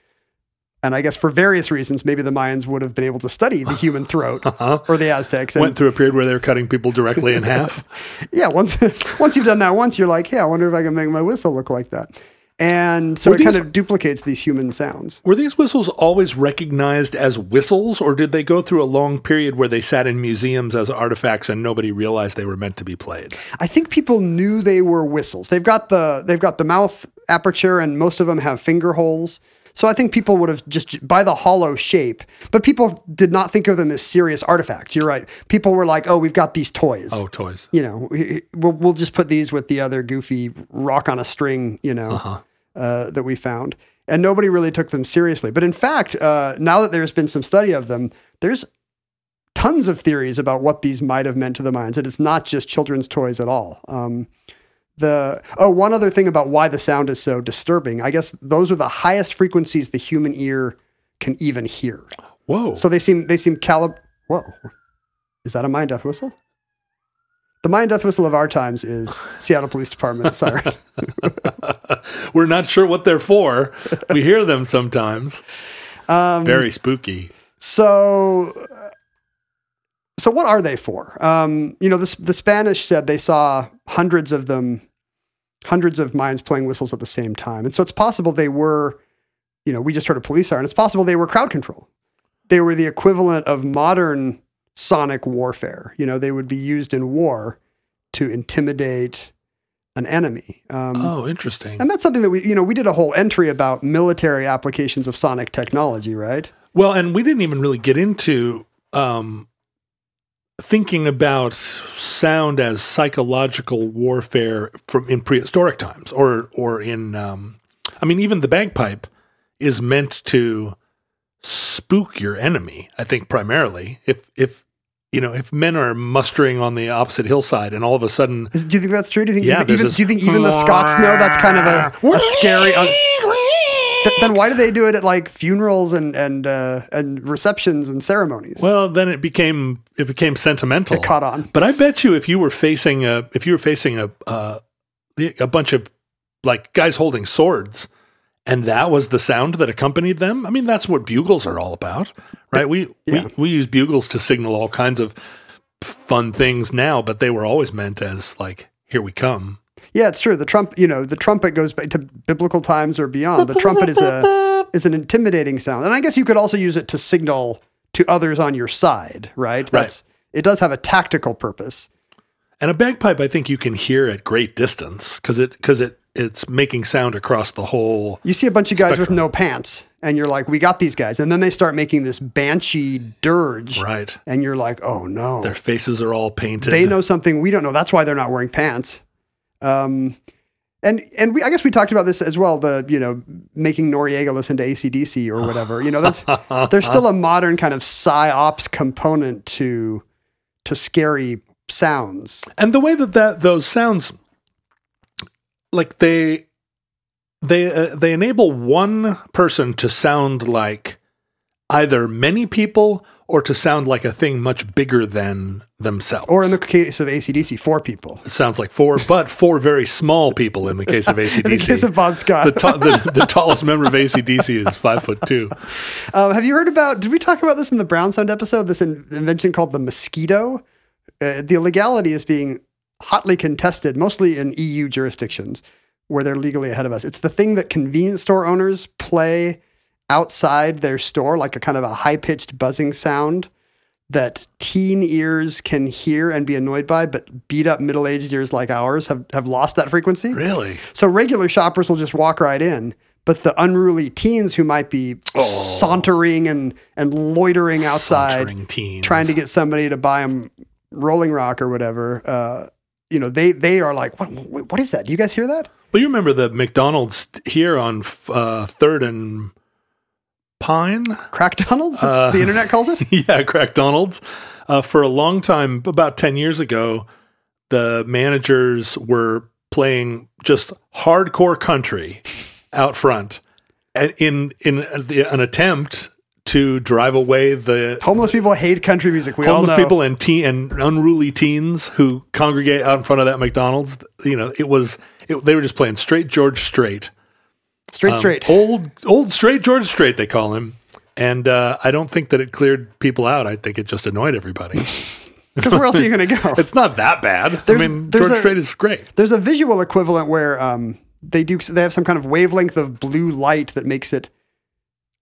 and I guess for various reasons, maybe the Mayans would have been able to study the human throat or the Aztecs. And Went through a period where they were cutting people directly in half. yeah, once once you've done that once, you're like, yeah, I wonder if I can make my whistle look like that. And so Were it these- kind of duplicates these human sounds. Were these whistles always recognized as whistles, or did they go through a long period where they sat in museums as artifacts and nobody realized they were meant to be played? I think people knew they were whistles. They've got the they've got the mouth aperture, and most of them have finger holes. So I think people would have just by the hollow shape, but people did not think of them as serious artifacts. You're right. People were like, "Oh, we've got these toys. Oh, toys. You know, we- we'll we'll just put these with the other goofy rock on a string. You know, Uh-huh. uh, that we found, and nobody really took them seriously. But in fact, uh, now that there's been some study of them, there's tons of theories about what these might have meant to the Mayans, and it's not just children's toys at all. Um, the oh, one other thing about why the sound is so disturbing. I guess those are the highest frequencies the human ear can even hear. Whoa. So they seem they seem calib. Whoa, is that a Mayan death whistle? The Mayan death whistle of our times is Seattle Police Department. Sorry. we're not sure what they're for. We hear them sometimes. Very spooky. So, uh, so what are they for? Um, you know, the, the Spanish said they saw hundreds of them, hundreds of mines playing whistles at the same time, and so it's possible they were, you know, we just heard a police siren. It's possible they were crowd control. They were the equivalent of modern sonic warfare. You know, they would be used in war to intimidate an enemy. Um, Oh, interesting. And that's something that we, you know, we did a whole entry about military applications of sonic technology, right? Well, and we didn't even really get into um, thinking about sound as psychological warfare from in prehistoric times, or or in, um, I mean, even the bagpipe is meant to spook your enemy. I think primarily, if if you know, if men are mustering on the opposite hillside, and all of a sudden, Is, do you think that's true? Do you think Yeah, even, there's even- this- do you think even the Scots know that's kind of a, a scary? Un- Th- then why do they do it at like funerals and and uh, and receptions and ceremonies? well, then it became it became sentimental. It caught on. But I bet you if you were facing a if you were facing a uh, the- a bunch of like guys holding swords, and that was the sound that accompanied them. I mean, that's what bugles are all about, right? We Yeah. we, we use bugles to signal all kinds of fun things now, but they were always meant as like here we come. Yeah, it's true. The trump, you know, the trumpet goes back to biblical times or beyond. The trumpet is a is an intimidating sound, and I guess you could also use it to signal to others on your side, right? That's it does have a tactical purpose. And a bagpipe, I think you can hear at great distance because it because it it's making sound across the whole. You see a bunch of guys with no pants, and you're like, "We got these guys," and then they start making this banshee dirge, Right. and you're like, "Oh no, Their faces are all painted. they know something we don't know. That's why they're not wearing pants." Um, and and we, I guess we talked about this as well. The you know making Noriega listen to ACDC or whatever. You know, that's there's still a modern kind of psyops component to to scary sounds. and the way that, that those sounds like they they uh, they enable one person to sound like either many people or to sound like a thing much bigger than themselves Or in the case of ACDC, four people. it sounds like four but four very small people in the case of acdc In the case of Bon the, Scott, ta- the, the tallest member of acdc is five foot two um, have you heard about? Did we talk about this in the Brown Sound episode? This in, invention called the mosquito. Uh, the legality is being hotly contested, mostly in EU jurisdictions where they're legally ahead of us. It's the thing that convenience store owners play outside their store, like a kind of a high pitched buzzing sound that teen ears can hear and be annoyed by, but beat up middle aged ears like ours have, have lost that frequency. really So regular shoppers will just walk right in, but the unruly teens who might be Oh. sauntering and, and loitering outside, Entering teens. trying to get somebody to buy them Rolling Rock or whatever, uh, you know, they they are like, what, what what is that? Do you guys hear that? Well, you remember the McDonald's t- here on f- uh, Third and Pine? Crack Donald's? It's, Uh, the internet calls it? yeah, Crack Donald's. Uh, for a long time, about 10 years ago, the managers were playing just hardcore country out front a- in, in the, an attempt to drive away the Homeless people hate country music. We all homeless know. people and teen and unruly teens who congregate out in front of that McDonald's. You know, it was it, they were just playing straight George Straight. straight, Um, straight. Old, old straight George Straight, they call him. And uh, I don't think that it cleared people out. I think it just annoyed everybody. Because where else are you going to go? it's not that bad. There's- I mean, there's George a- Straight is great. There's a visual equivalent where um, they do they have some kind of wavelength of blue light that makes it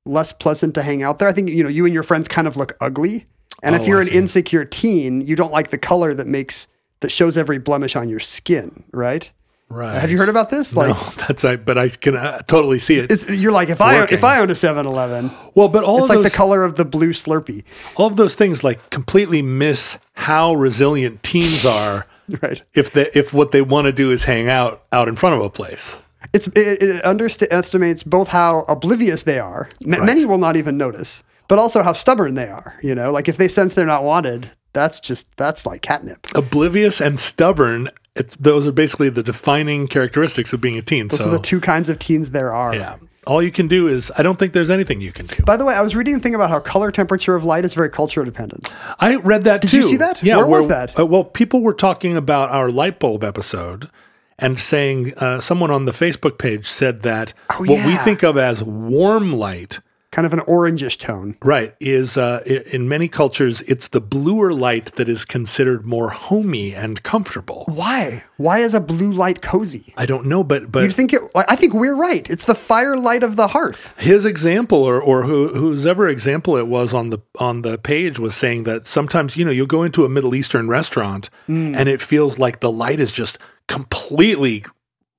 less pleasant to hang out there. I think you know you and your friends kind of look ugly, and Oh, if you're I an see. insecure teen, you don't like the color that makes that shows every blemish on your skin, right? Right. Have you heard about this? Like, no, that's I, but I can uh, totally see it. it's, you're like if I Working. if I owned a 7-Eleven, Well, but all it's of like those, the color of the blue Slurpee, all of those things like completely miss how resilient teens are right? if they, if what they want to do is hang out out in front of a place. It's it, it underestimates both how oblivious they are. M- Many will not even notice, but also how stubborn they are. You know, like if they sense they're not wanted, that's just that's like catnip. Oblivious and stubborn. It's, those are basically the defining characteristics of being a teen. Those are the two kinds of teens there are. Yeah. All you can do is I don't think there's anything you can do. By the way, I was reading a thing about how color temperature of light is very culture dependent. I read that too. you see that? Yeah. Where was that? uh, well, people were talking about our light bulb episode and saying uh, someone on the Facebook page said that Oh, what we yeah. think of as warm light, Kind of an orangish tone. right, is uh, i- in many cultures it's the bluer light that is considered more homey and comfortable. Why? Why is a blue light cozy? I don't know, but You but think it? like, I think we're right. It's the firelight of the hearth. his example or or who, whosever example it was on the on the page was saying that sometimes you know you'll go into a middle eastern restaurant and it feels like the light is just completely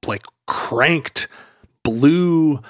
like cranked blue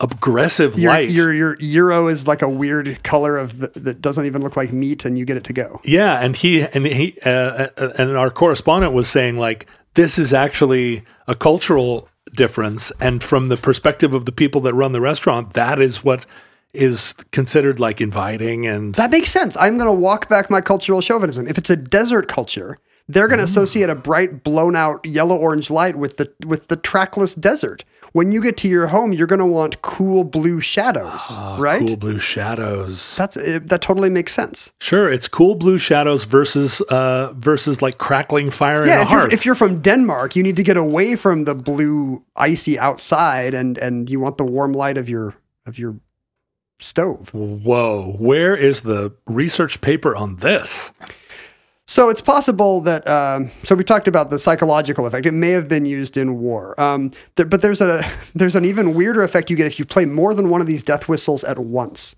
aggressive Your, light your your euro is like a weird color of the, that doesn't even look like meat, and you get it to go. yeah and he and he uh, uh, and our correspondent was saying like this is actually a cultural difference and from the perspective of the people that run the restaurant that is what is considered like inviting and That makes sense. I'm going to walk back my cultural chauvinism. If it's a desert culture, they're Mm. going to associate a bright, blown out yellow orange light with the with the trackless desert. When you get to your home, you're going to want cool blue shadows, right? Ah, Cool blue shadows. That's it, that totally makes sense. Sure, it's cool blue shadows versus uh versus like crackling fire in Yeah, a if you're, hearth. if you're from Denmark, you need to get away from the blue, icy outside, and and you want the warm light of your of your stove. Whoa, where is the research paper on this? So it's possible that. Um, so we talked about the psychological effect. It may have been used in war, um, th- but there's a there's an even weirder effect you get if you play more than one of these death whistles at once.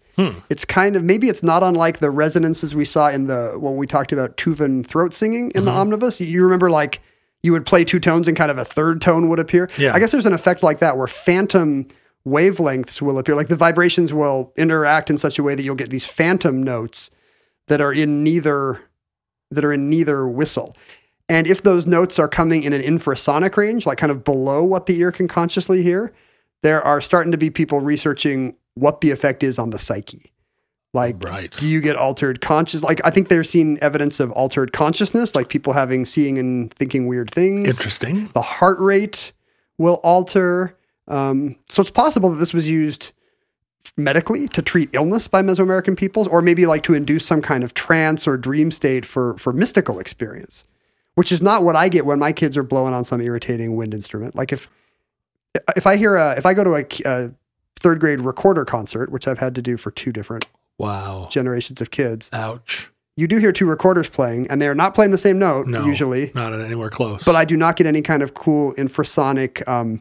It's kind of maybe it's not unlike the resonances we saw in the when we talked about Tuvan throat singing in the omnibus. You remember like you would play two tones and kind of a third tone would appear. Yeah. I guess there's an effect like that where phantom wavelengths will appear. Like the vibrations will interact in such a way that you'll get these phantom notes that are in neither that are in neither whistle. And if those notes are coming in an infrasonic range, like kind of below what the ear can consciously hear, there are starting to be people researching what the effect is on the psyche. Like, Right. do you get altered conscious? Like, I think they're seeing evidence of altered consciousness, like people having seeing and thinking weird things. Interesting. The heart rate will alter. Um, so it's possible that this was used medically to treat illness by Mesoamerican peoples, or maybe like to induce some kind of trance or dream state for for mystical experience, which is not what I get when my kids are blowing on some irritating wind instrument. Like if if I hear a if I go to a, a third grade recorder concert, which I've had to do for two different Wow. generations of kids, Ouch. you do hear two recorders playing, and they are not playing the same note No. usually Not anywhere close. but I do not get any kind of cool infrasonic um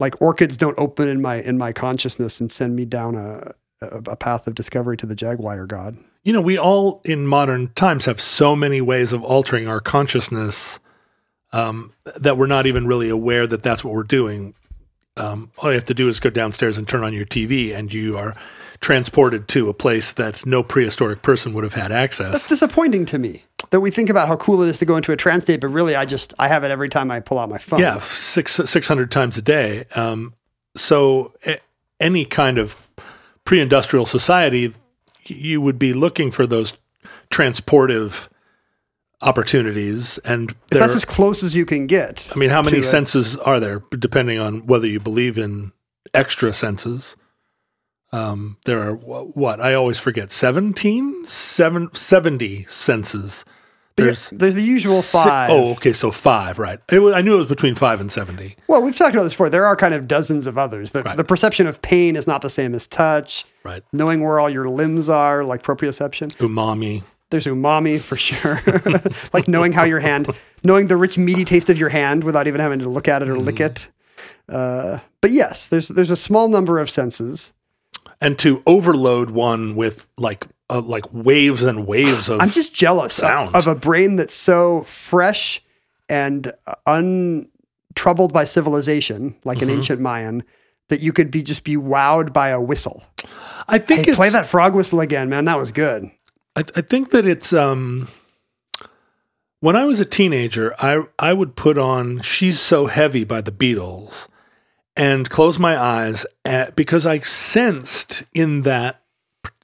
like orchids don't open in my in my consciousness and send me down a a, a path of discovery to the jaguar god. you know, we all in modern times have so many ways of altering our consciousness um, that we're not even really aware that that's what we're doing. Um, all you have to do is go downstairs and turn on your TV, and you are transported to a place that no prehistoric person would have had That's access. disappointing to me that we think about how cool it is to go into a trance state, but really I just I have it every time I pull out my phone. yeah, six six hundred times a day. Um, so a- any kind of pre-industrial society, you would be looking for those transportive opportunities, and If there- that's as close as you can get. I mean, how many to it. senses are there, depending on whether you believe in extra senses? Um, there are wh- what I always forget 17? Seven, 70 senses. there's, There's there's the usual si- five. oh, okay, so five, right? It wa- I knew it was between five and seventy. Well, we've talked about this before. There are kind of dozens of others. The, Right. the perception of pain is not the same as touch. Right. Knowing where all your limbs are, like proprioception. Umami. There's umami for sure. like knowing how your hand, knowing the rich meaty taste of your hand without even having to look at it or Mm-hmm. lick it. Uh, but yes, there's there's a small number of senses. And to overload one with like uh, like waves and waves of I'm just jealous of- Sound. of a brain that's so fresh and untroubled by civilization, like Mm-hmm. an ancient Mayan, that you could be just be wowed by a whistle. I think Hey, it's, play that frog whistle again, man. That was good. I, I think that it's um when I was a teenager, I I would put on "She's So Heavy" by the Beatles and close my eyes at, because I sensed in that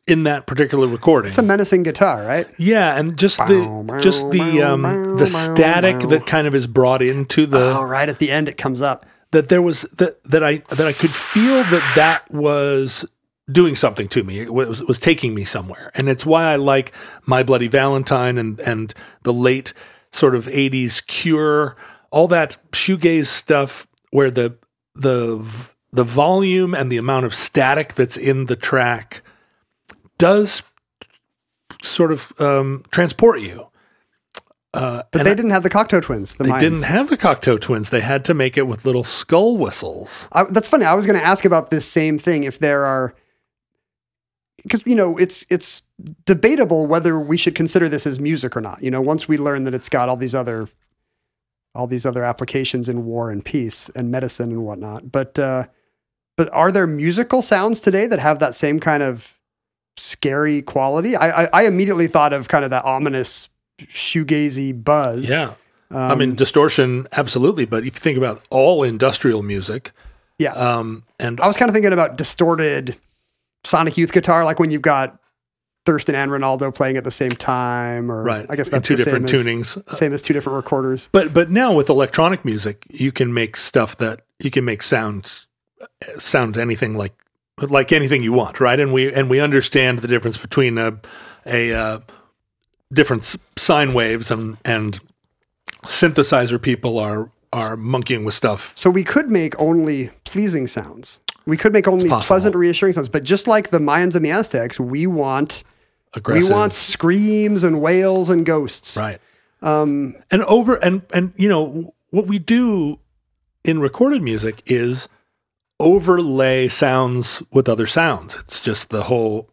in that particular recording. It's a menacing guitar, right? yeah, and just Bow, the bow, just the bow, um bow, bow, the static bow. that kind of is brought into the oh, right at the end it comes up. that there was that that I that I could feel that that was doing something to me. It was was taking me somewhere, and it's why I like My Bloody Valentine and and the late sort of '80s Cure, all that shoegaze stuff where the the v- the volume and the amount of static that's in the track does sort of um, transport you. But they didn't have the Cocteau Twins. The They Mayans. didn't have the Cocteau Twins. They had to make it with little skull whistles. I, that's funny. I was going to ask about this same thing. If there are, because you know, it's it's debatable whether we should consider this as music or not. You know, once we learn that it's got all these other, all these other applications in war and peace and medicine and whatnot. But uh, but are there musical sounds today that have that same kind of scary quality? I I, I immediately thought of kind of that ominous shoegazy buzz. Um, Yeah. I mean, distortion, absolutely. But if you think about all industrial music, Yeah. Oh, um, and I was kind of thinking about distorted Sonic Youth guitar, like when you've got Thurston and Ronaldo playing at the same time, or right, I guess in that's two the different same tunings. As, same as two different recorders. But but now with electronic music, you can make stuff that you can make sounds uh, sound anything like like anything you want, right? And we and we understand the difference between a a uh, different s- sine waves and and synthesizer people are are monkeying with stuff. So we could make only pleasing sounds. We could make only possible. pleasant, reassuring sounds. But just like the Mayans and the Aztecs, we want Aggressive. we want screams and wails and ghosts. right um and over and and you know what we do in recorded music is overlay sounds with other sounds it's just the whole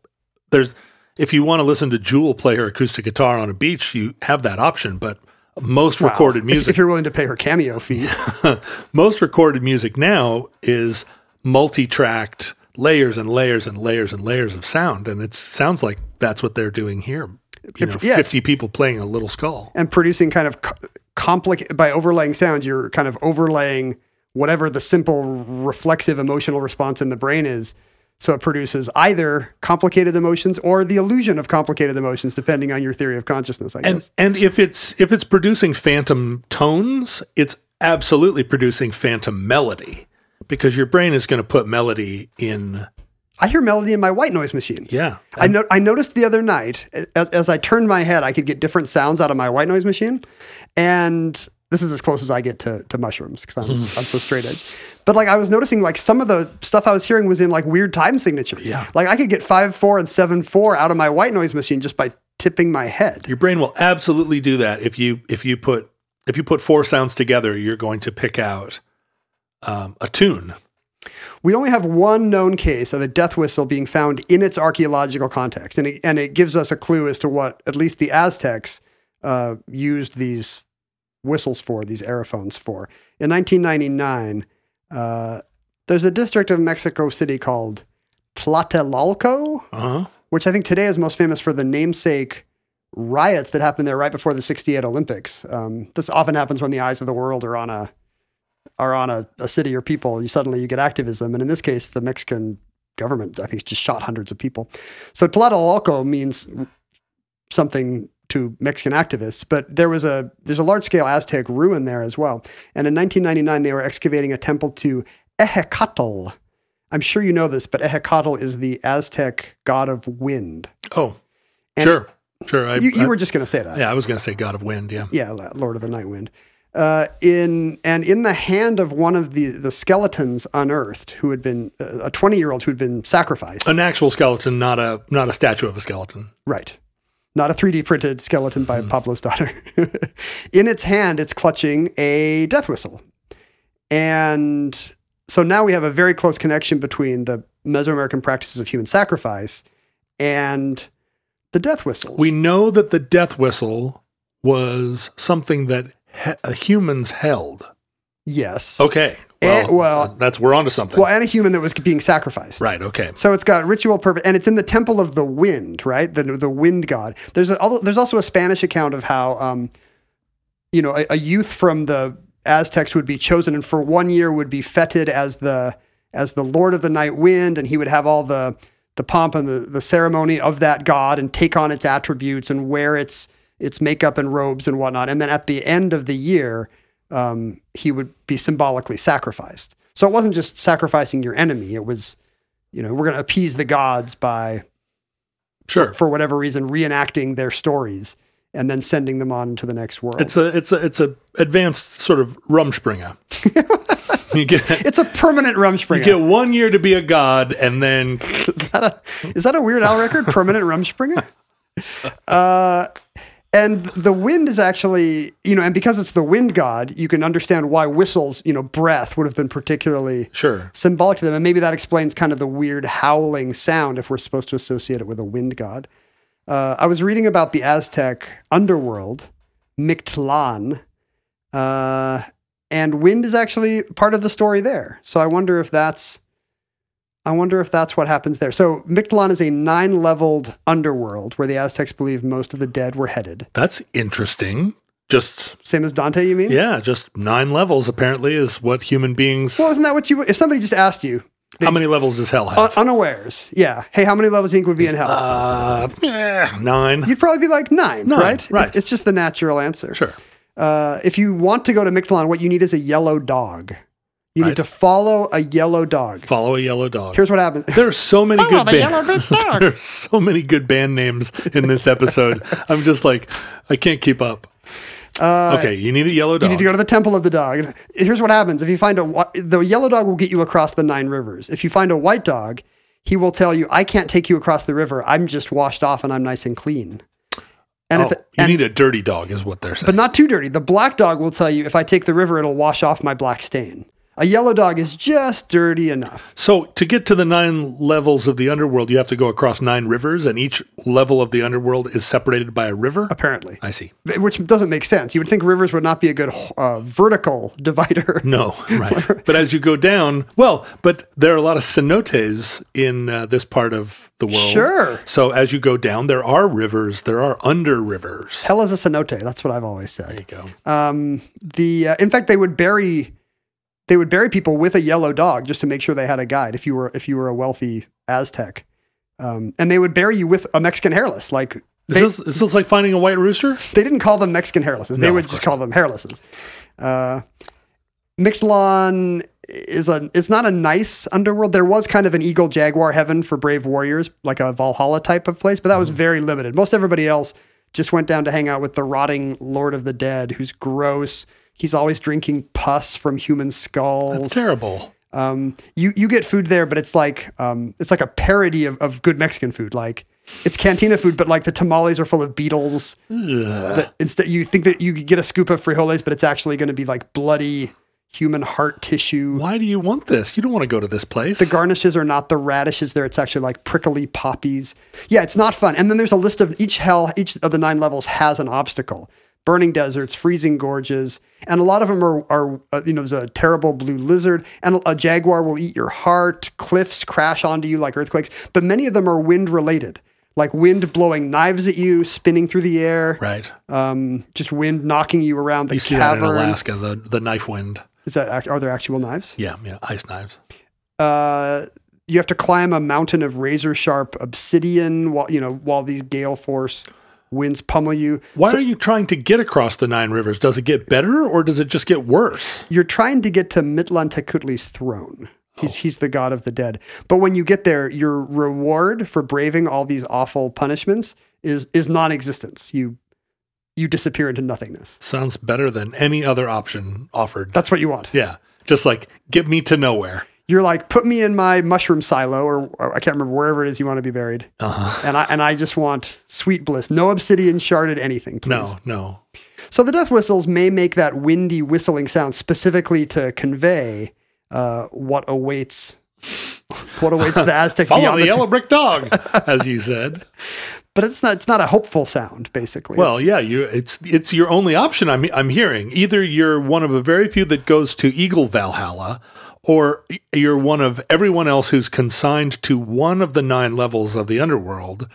there's if you want to listen to Jewel play her acoustic guitar on a beach you have that option but most Wow. recorded If- music. If, you're willing to pay her cameo fee, most recorded music now is multi-tracked layers and layers and layers and layers of sound and it sounds like that's what they're doing here you know yeah, it's- 50 people playing a little skull and producing kind of co- complicated by overlaying sounds, you're kind of overlaying whatever the simple reflexive emotional response in the brain is. So it produces either complicated emotions or the illusion of complicated emotions, depending on your theory of consciousness. I guess. and and if it's if it's producing phantom tones it's absolutely producing phantom melody because your brain is going to put melody in I hear melody in my white noise machine. yeah I, no- I noticed the other night as, as I turned my head, I could get different sounds out of my white noise machine. And this is as close as I get to, to mushrooms because I'm, I'm so straight edge. But like I was noticing, like some of the stuff I was hearing was in like weird time signatures. Yeah. Like I could get five four and seven four out of my white noise machine just by tipping my head. your brain will absolutely do that if you if you put if you put four sounds together you're going to pick out um, a tune We only have one known case of a death whistle being found in its archaeological context, and it, and it gives us a clue as to what at least the Aztecs uh, used these whistles for, these aerophones for. In 1999, uh, there's a district of Mexico City called Tlatelolco, uh-huh which I think today is most famous for the namesake riots that happened there right before the 68 Olympics. Um, this often happens when the eyes of the world are on a are on a, a city or people. You suddenly you get activism, and in this case, the Mexican government I think just shot hundreds of people. So Tlatelolco means something to Mexican activists, but there was a there's a large scale Aztec ruin there as well. And in 1999, they were excavating a temple to Ejecatl. I'm sure you know this, but Ejecatl is the Aztec god of wind. Oh, And- sure, sure. I, You, you I- were just going to say that, yeah, I was going to say God of Wind. Yeah, yeah, La- Lord of the Night Wind. Uh, in and in the hand of one of the the skeletons unearthed, who had been uh, a 20 year old who had been sacrificed, an actual skeleton, not a not a statue of a skeleton. Right. Not a 3D printed skeleton by Hmm. Pablo's daughter. In its hand, it's clutching a death whistle. And so now we have a very close connection between the Mesoamerican practices of human sacrifice and the death whistles. We know that the death whistle was something that he- uh, humans held. yes. Okay, Eh, well, well- that's we're onto something, Well, eh, and a human that was being sacrificed. right? Okay, So it's got ritual purpose, and it's in the temple of the wind, right? The the wind god. There's a, al- there's also a Spanish account of how, um, you know, a, a youth from the Aztecs would be chosen, and for one year would be feted as the as the lord of the night wind, and he would have all the the pomp and the, the ceremony of that god, and take on its attributes and wear its its makeup and robes and whatnot, and then at the end of the year, um, he would be symbolically sacrificed. So it wasn't just sacrificing your enemy; it was you know, we're going to appease the gods by, sure. for whatever reason, reenacting their stories and then sending them on to the next world. It's, It's a it's a it's a advanced sort of Rumspringer. you get a permanent Rumspringa. you get one year to be a god, and then is, that a, is that a Weird Al record? Permanent Rumspringa? Uh, and the wind is actually, you know, and because it's the wind god, you can understand why whistles, you know, breath would have been particularly sure. symbolic to them. And maybe that explains kind of the weird howling sound if we're supposed to associate it with a wind god. Uh, I was reading about the Aztec underworld, Mictlan, uh, and wind is actually part of the story there. So I wonder if that's. I wonder if that's what happens there. So Mictlan is a nine-leveled underworld where the Aztecs believe most of the dead were headed. That's interesting. Just Same as Dante, you mean? yeah, just nine levels apparently is what human beings. Well, Uh, isn't that what you? would- If somebody just asked you, how many levels does hell have? un- unawares, yeah, hey, how many levels do you think would be in hell? Uh, eh, nine. You'd probably be like nine, Nine, right? right. It's, it's just the natural answer. sure. Uh, if you want to go to Mictlan, what you need is a yellow dog. You Right. need to follow a yellow dog. Follow a yellow dog. Here's what happens. There's so many Follow good the yellow band. There's so many good band names in this episode. I'm just like, I can't keep up. okay, you need a yellow Uh, dog. You need to go to the temple of the dog. Here's what happens. If you find a whi- the yellow dog will get you across the nine rivers. If you find a white dog, he will tell you, "I can't take you across the river. I'm just washed off and I'm nice and clean." And Oh, if you and, need a dirty dog, is what they're saying. but not too dirty. The black dog will tell you, "If I take the river, it'll wash off my black stain." A yellow dog is just dirty enough. So to get to the nine levels of the underworld, you have to go across nine rivers, and each level of the underworld is separated by a river. Apparently. I see. Which doesn't make sense. You would think rivers would not be a good uh, vertical divider. No, right. but as you go down, well, but there are a lot of cenotes in uh, this part of the world. Sure. So as you go down, there are rivers. There are under rivers. Hell is a cenote. That's what I've always There said. you go. Um, the uh, in fact, they would bury they would bury people with a yellow dog just to make sure they had a guide. If you were if you were a wealthy Aztec, um, and they would bury you with a Mexican hairless. Like they, is, this, is this like finding a white rooster? they didn't call them Mexican hairlesses. They No, would of just course call them hairlesses. Uh, Mixtlan is a it's not a nice underworld. There was kind of an eagle jaguar heaven for brave warriors, like a Valhalla type of place, but Mm-hmm. that was very limited. Most everybody else just went down to hang out with the rotting Lord of the Dead, who's gross. He's always drinking pus from human It's skulls. terrible. Um, you you get food there, but it's like um, it's like a parody of, of good Mexican food. Like it's cantina food, but like the tamales are full of beetles. That instead you think that you could get a scoop of frijoles, but it's actually going to be like bloody human heart tissue. Why do you want this? You don't want to go to this place. The garnishes are not the radishes there. It's actually like prickly poppies. Yeah, it's not fun. And then there's a list of each hell, each of the nine levels has an obstacle burning deserts, freezing gorges. And a lot of them are, are uh, you know, there's a terrible blue lizard and a jaguar will eat your heart. Cliffs crash onto you like earthquakes. But many of them are wind related, like wind blowing knives at you, spinning through the air, right. um, just wind knocking you around the You see cavern. that in Alaska, the, the knife wind. Is that, act- are there actual knives? Yeah, yeah, ice knives. uh, you have to climb a mountain of razor sharp obsidian while you know while these gale force winds pummel you. Why are you trying to get across the nine rivers? Does it get better or does it just get worse? You're trying to get to Mitlan Tekutli's throne. He's, he's the god of the dead. But when you get there, your reward for braving all these awful punishments is is non-existence. You you disappear into nothingness. Sounds better than any other option offered. That's what you want. yeah, just like get me to nowhere. You're like, put me in my mushroom silo, or, or I can't remember wherever it is you want to be buried, Uh-huh. and I and I just want sweet bliss, no obsidian sharded anything, please. No, no. So the death whistles may make that windy whistling sound specifically to convey uh, what awaits what awaits the Aztec Follow beyond the the yellow brick dog, as you said. but it's not it's not a hopeful sound basically. Well, It's- yeah, you it's it's your only option. I'm I'm hearing either you're one of a very few that goes to Eagle Valhalla, or you're one of everyone else who's consigned to one of the nine levels of the underworld,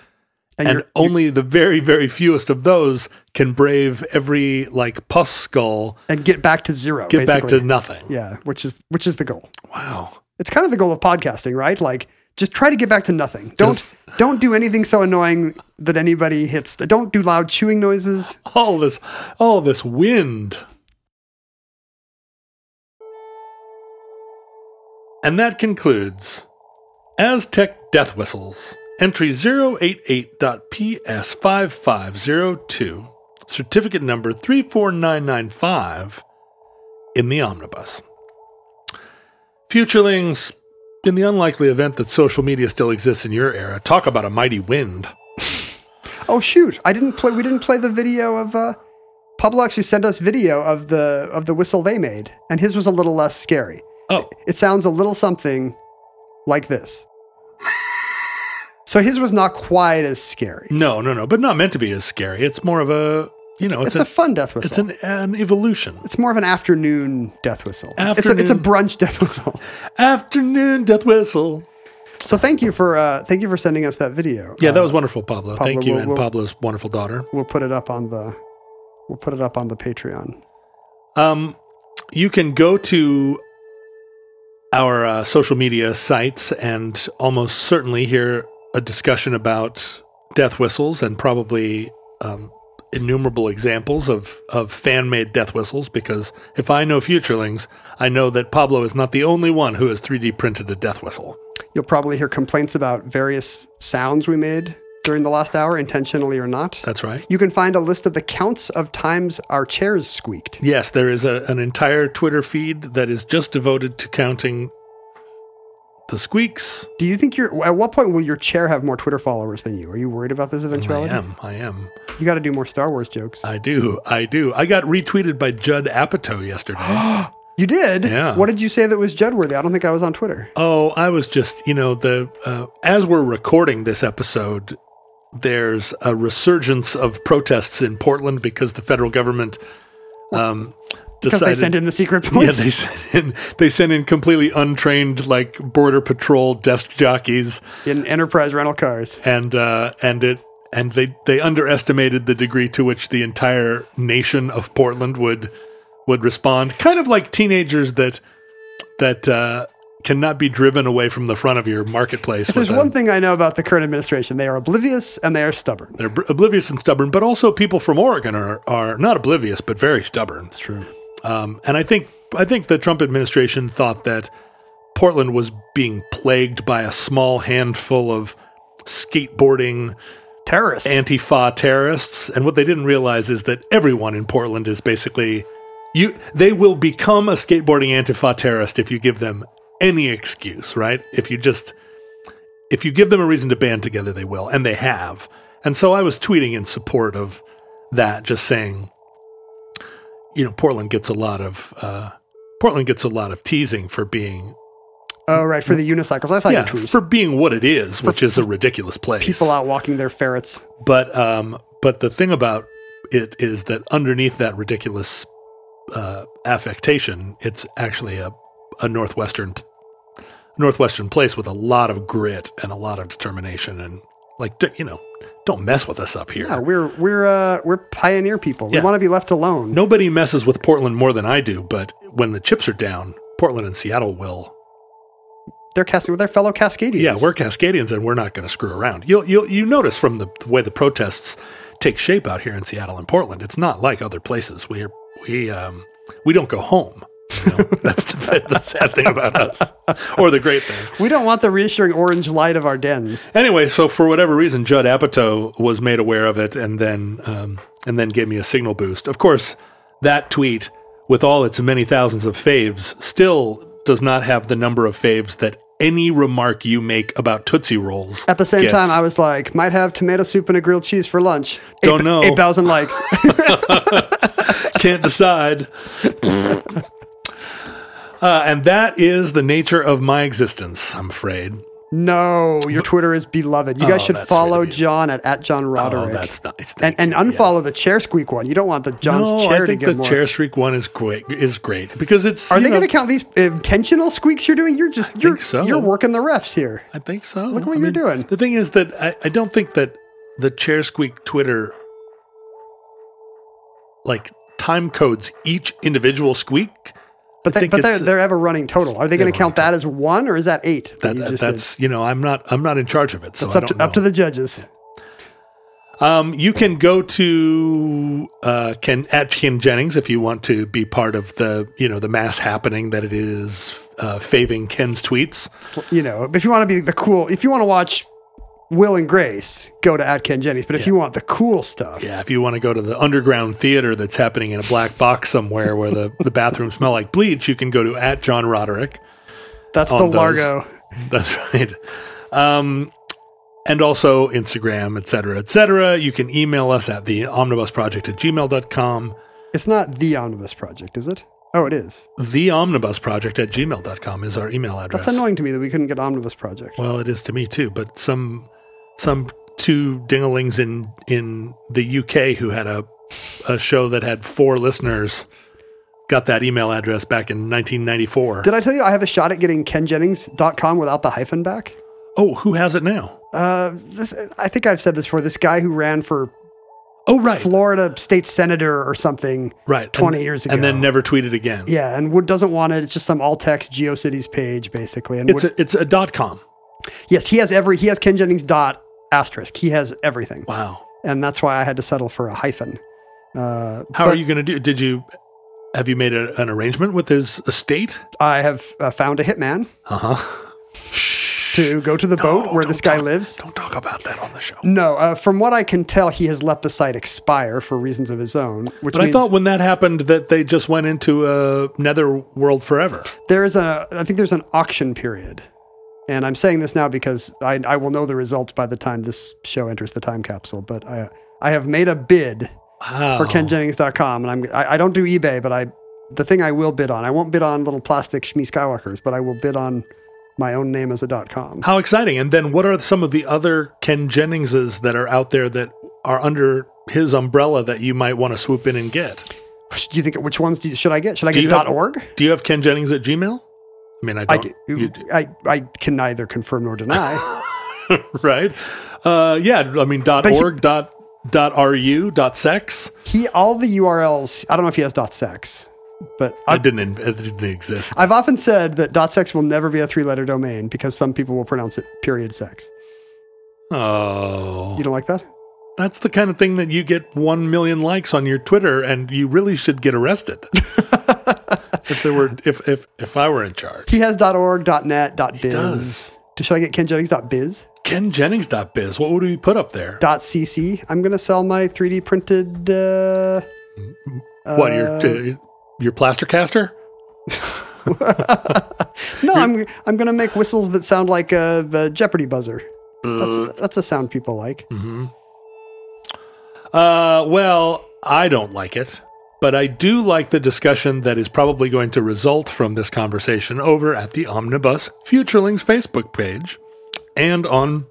and, you're- only the very very fewest of those can brave every like pus skull, and get back to zero. get back basically. to nothing. yeah, which is which is the goal. Wow. It's kind of the goal of podcasting, right? Like just try to get back to nothing. Don't Just- don't do anything so annoying that anybody hits. Don't do loud chewing noises. All this all this wind. And that concludes Aztec Death Whistles, entry 088.PS5502, certificate number 34995 in the omnibus. Futurelings, in the unlikely event that social media still exists in your era, talk about a mighty wind. Oh shoot! I didn't play. We didn't play the video of uh, Pablo actually sent us video of the of the whistle they made, and his was a little less scary. Oh, It sounds a little something like this. So his was not quite as scary. No, no, no, but not meant to be as scary. It's more of a, you know, It's, it's, a, fun death a, it's whistle. an, an evolution. it's more of an afternoon death whistle. It's- It's, a, it's a Afternoon. brunch death whistle. Afternoon death whistle. So thank you for uh, thank you for sending us that video. Yeah, that Uh, was wonderful, Pablo. Pablo, Thank you, we'll- and we'll- Pablo's wonderful daughter. we'll put it up on the we'll put it up on the Patreon. Um, you can go to our uh, social media sites and almost certainly hear a discussion about death whistles and probably um, innumerable examples of, of fan made death whistles. Because if I know Futurelings, I know that Pablo is not the only one who has 3D printed a death whistle. You'll probably hear complaints about various sounds we made during the last hour, intentionally or not. That's right. You can find a list of the counts of times our chairs squeaked. Yes, there is a, an entire Twitter feed that is just devoted to counting the squeaks. Do you think you're? At what point will your chair have more Twitter followers than you? Are you worried about this I eventuality? am. I am. You got to do more Star Wars jokes. I do. I do. I got retweeted by Judd Apatow yesterday. You did? Yeah. What did you say that was Judworthy? I don't think I was on Twitter. Oh, I was just, you know, the uh, as we're recording this episode, there's a resurgence of protests in Portland because the federal government um, Because decided they sent in the secret yeah, police. they sent in they sent in completely untrained like border patrol desk jockeys in enterprise rental cars. and uh, and it and they they underestimated the degree to which the entire nation of Portland would would respond, kind of like teenagers that that uh, cannot be driven away from the front of your marketplace. If there's with a- one thing I know about the current administration, they are oblivious and they are stubborn. they're br- oblivious and stubborn, but also people from Oregon are are not oblivious, but very stubborn. It's true. Um, and I think I think the Trump administration thought that Portland was being plagued by a small handful of skateboarding Terrorists. antifa terrorists and what they didn't realize is that everyone in portland is basically you they will become a skateboarding antifa terrorist if you give them any excuse right if you just if you give them a reason to band together they will and they have and so i was tweeting in support of that just saying you know portland gets a lot of uh, portland gets a lot of teasing for being oh, right. For the unicycles. I saw yeah, your tweet. for being what it is which is a ridiculous place People out walking their ferrets. but um, but the thing about it is that underneath that ridiculous uh, affectation, it's actually a a northwestern northwestern place with a lot of grit and a lot of determination and like d- you know, don't mess with us up here. Yeah, we're we're uh, we're pioneer people. We Yeah. want to be left alone. Nobody messes with Portland more than I do, but when the chips are down, Portland and Seattle will. They're casting with their fellow Cascadians. Yeah, we're Cascadians and we're not going to screw around. You'll you'll you notice from the, the way the protests take shape out here in Seattle and Portland, it's not like other places. We are, we um we don't go home. you know? That's the, the sad thing about us, or the great thing. we don't want the reassuring orange light of our dens. Anyway, so for whatever reason, Judd Apatow was made aware of it and then um, and then gave me a signal boost. Of course, that tweet with all its many thousands of faves still does not have the number of faves that any remark you make about Tootsie Rolls At the same gets. time, I was like, might have tomato soup and a grilled cheese for lunch. Eight- Don't know. Eight thousand likes. can't decide. Uh, and that is the nature of my existence, I'm afraid. no, your Twitter is beloved. You guys Oh, should that's follow sweet of you. John at, at John Oh, Roderick. that's nice. and, Thank and you. unfollow the chair squeak one. You don't want the John's No, chair I think to get the more. chair streak one is great. Is great because it's. Are you they know, going to count these intentional squeaks you're doing? You're just you're so. you're working the refs here. I think so. Look what I you're doing. The thing is that I, I don't think that the chair squeak Twitter like time codes each individual squeak. But they, think but they're, it's- they're ever running total. Are they going to count that as one or is that eight? That, you that- just did? that's you know I'm not I'm not in charge of it. So It's I up don't to, know. up to the judges. Um, you can go to uh, Ken at Ken Jennings if you want to be part of the you know the mass happening that it is uh, faving Ken's tweets. You know, if you want to be the cool, if you want to watch Will and Grace, go to at Ken Jennings. But if you want the cool stuff, Yeah, if you want to go to the underground theater that's happening in a black box somewhere where the, the bathrooms smell like bleach, you can go to at John Roderick. that's the On those. Largo. That's right. Um, and also Instagram, et cetera, et cetera. You can email us at the omnibusproject at gmail.com. It's not the Omnibus Project, is it? Oh, it is. The omnibusproject at gmail.com is our email address. That's annoying to me that we couldn't get Omnibus Project. Well, it is to me too, but some some two dinglings in in the UK who had a a show that had four listeners got that email address back in 1994. Did I tell you I have a shot at getting kenjennings.com without the hyphen back? oh, who has it now? Uh, this, I think I've said this before. This guy who ran for Oh, right, Florida state senator or something. right, 20 And- years and ago. then never tweeted again. Yeah, and Wood doesn't want it. It's just some all text GeoCities page basically. And It's Wood, a, it's a dot com. yes, he has every he has Ken Jennings dot asterisk. He has everything, Wow. and that's why I had to settle for a hyphen. Uh, How but are you going to do? Did you have you made a, an arrangement with his estate? I have uh, found a hitman Uh Uh-huh. huh. to go to the boat where this guy lives. Don't talk about that on the show. No, uh, from what I can tell, he has let the site expire for reasons of his own. Which But I means thought when that happened that they just went into a nether world forever. there is a I think there's an auction period. And I'm saying this now because I, I will know the results by the time this show enters the time capsule. But I I have made a bid Wow. Oh. for kenjennings.com and I'm I, I don't do eBay, but I the thing I will bid on. I won't bid on little plastic Shmi Skywalkers, but I will bid on my own name as a dot com. How exciting. And then what are some of the other Ken Jenningses that are out there that are under his umbrella that you might want to swoop in and get? Do you think which ones do you, should I get? Should I Do get you have- dot org? Do you have Ken Jennings at Gmail? I mean, I I, don't. do- you do, I I can neither confirm nor deny. right? Uh, yeah, I mean, dot But he- org, dot, dot ru, dot sex. he all the URLs. I don't know if he has dot sex, but I, It didn't, in- it didn't exist. I've often said that dot sex will never be a three letter domain because some people will pronounce it period sex. Oh. You don't like that? That's the kind of thing that you get 1 million likes on your Twitter and you really should get arrested. if there were if if if I were in charge. He has .org, .net, .biz. does. Should I get Ken Jennings .biz, KenJennings.biz, what would we put up there? .cc? I'm going to sell my 3D printed. Uh, what your uh, your plaster caster? no, I'm I'm going to make whistles that sound like a, a Jeopardy buzzer. That's that's a sound people like. Hmm. Uh well, I don't like it, but I do like the discussion that is probably going to result from this conversation over at the Omnibus Futurelings Facebook page and on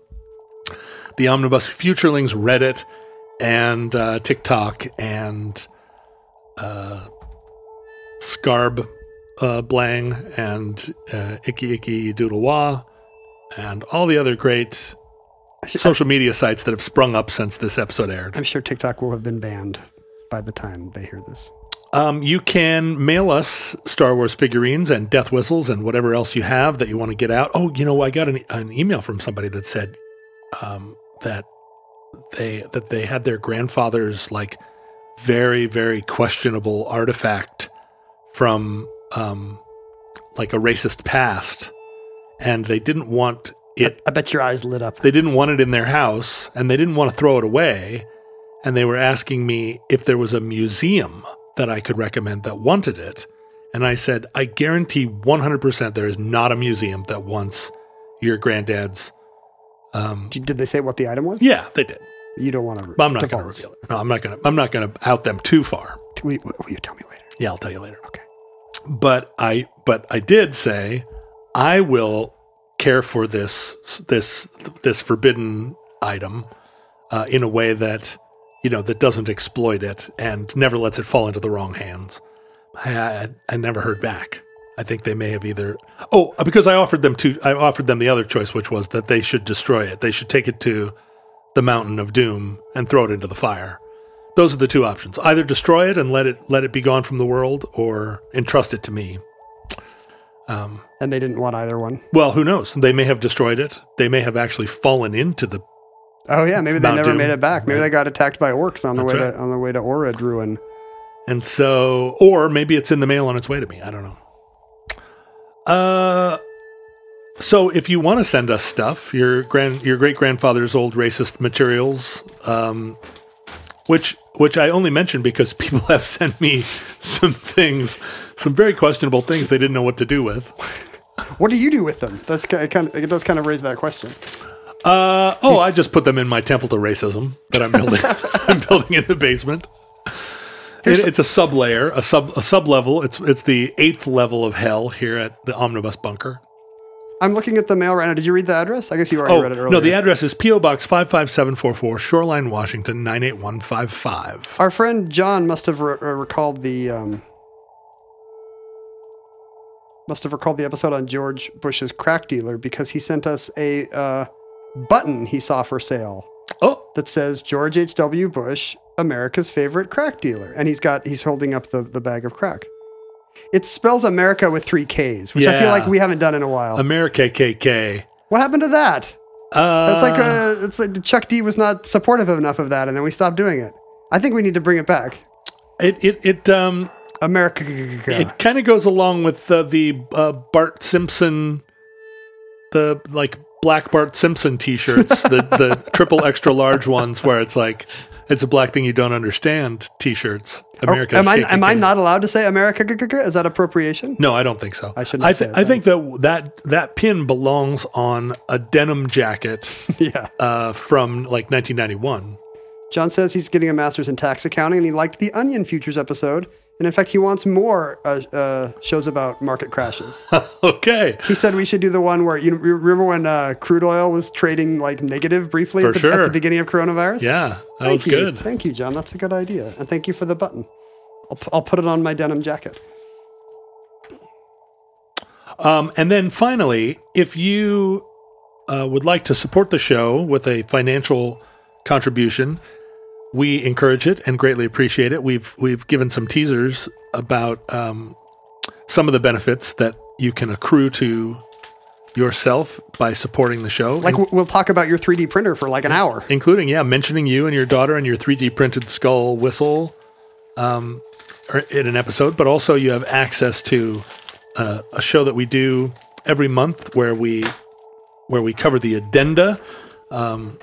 the Omnibus Futurelings Reddit and uh, TikTok and uh, Scarb uh, Blang and uh, Icky Icky Doodle Wah and all the other great social media sites that have sprung up since this episode aired. I'm sure TikTok will have been banned by the time they hear this. Um, you can mail us Star Wars figurines and death whistles and whatever else you have that you want to get out. Oh, you know, I got an, an email from somebody that said um, that they that they had their grandfather's like very very questionable artifact from um, like a racist past, and they didn't want it I bet your eyes lit up. they didn't want it in their house and they didn't want to throw it away. And they were asking me if there was a museum that I could recommend that wanted it. And I said, I guarantee 100% there is not a museum that wants your granddad's. Um, Did they say what the item was? yeah, they did. You don't want to. But I'm not going to reveal it. No, I'm not going to. I'm not going to out them too far. Will, will you tell me later? Yeah, I'll tell you later. Okay. But I but I did say I will care for this this this forbidden item uh, in a way that you know that doesn't exploit it and never lets it fall into the wrong hands. I, I, I never heard back. I think they may have either oh because I offered them to I offered them the other choice, which was that they should destroy it. They should take it to the mountain of doom and throw it into the fire. Those are the two options. Either destroy it and let it let it be gone from the world or entrust it to me. And they didn't want either one. Well, who knows? They may have destroyed it. They may have actually fallen into the Oh yeah, maybe they Mount never Doom. made it back. Maybe Right. they got attacked by orcs on the That's way right. to on the way to Aura Druin. and so or maybe it's in the mail on its way to me. I don't know. Uh so if you want to send us stuff, your grand your great grandfather's old racist materials, um which which I only mention because people have sent me some things, some very questionable things they didn't know what to do with. What do you do with them? That's ki- kind of it does kind of raise that question. Uh, oh, I just put them in my temple to racism that I'm building. I'm building in the basement. It, it's a sub layer, a sub a sub level. It's it's the eighth level of hell here at the omnibus bunker. I'm looking at the mail right now. Did you read the address? I guess you already Oh read it earlier. no, the address is PO Box five five seven four four Shoreline, Washington nine eight one five five. Our friend John must have re- uh, recalled the um, must have recalled the episode on George Bush's crack dealer because he sent us a uh, button he saw for sale Oh, that says George H. W. Bush, America's favorite crack dealer, and he's got he's holding up the the bag of crack. It spells America with three K's, which I feel Yeah. like we haven't done in a while. America KK. what happened to that? Uh, That's like a, it's like Chuck D was not supportive enough of that, and then we stopped doing it. I think we need to bring it back. it it it um America. It kind of goes along with uh, the uh, Bart Simpson, the like black Bart Simpson T-shirts, the the triple extra large ones, where it's like it's a black thing you don't understand T-shirts. America. Oh, am I KKK. am I not allowed to say America? Is that appropriation? No, I don't think so. I shouldn't I, have said I that. think that that that pin belongs on a denim jacket Yeah. uh, from like 1991. John says he's getting a master's in tax accounting and he liked the Onion Futures episode And in fact, he wants more uh, uh, shows about market crashes. okay. He said we should do the one where you you remember when uh, crude oil was trading like negative briefly For at the, at sure. the beginning of coronavirus. Yeah. That thank was you. good. Thank you, John. That's a good idea, and thank you for the button. I'll, pu- I'll put it on my denim jacket. Um, and then finally, if you uh, would like to support the show with a financial contribution, we encourage it and greatly appreciate it. We've we've given some teasers about um, some of the benefits that you can accrue to yourself by supporting the show, Like w- we'll talk about your 3D printer for like an hour. including yeah, mentioning you and your daughter and your 3D printed skull whistle um, or- in an episode, but also you have access to uh, a show that we do every month where we where we cover the addenda. Um,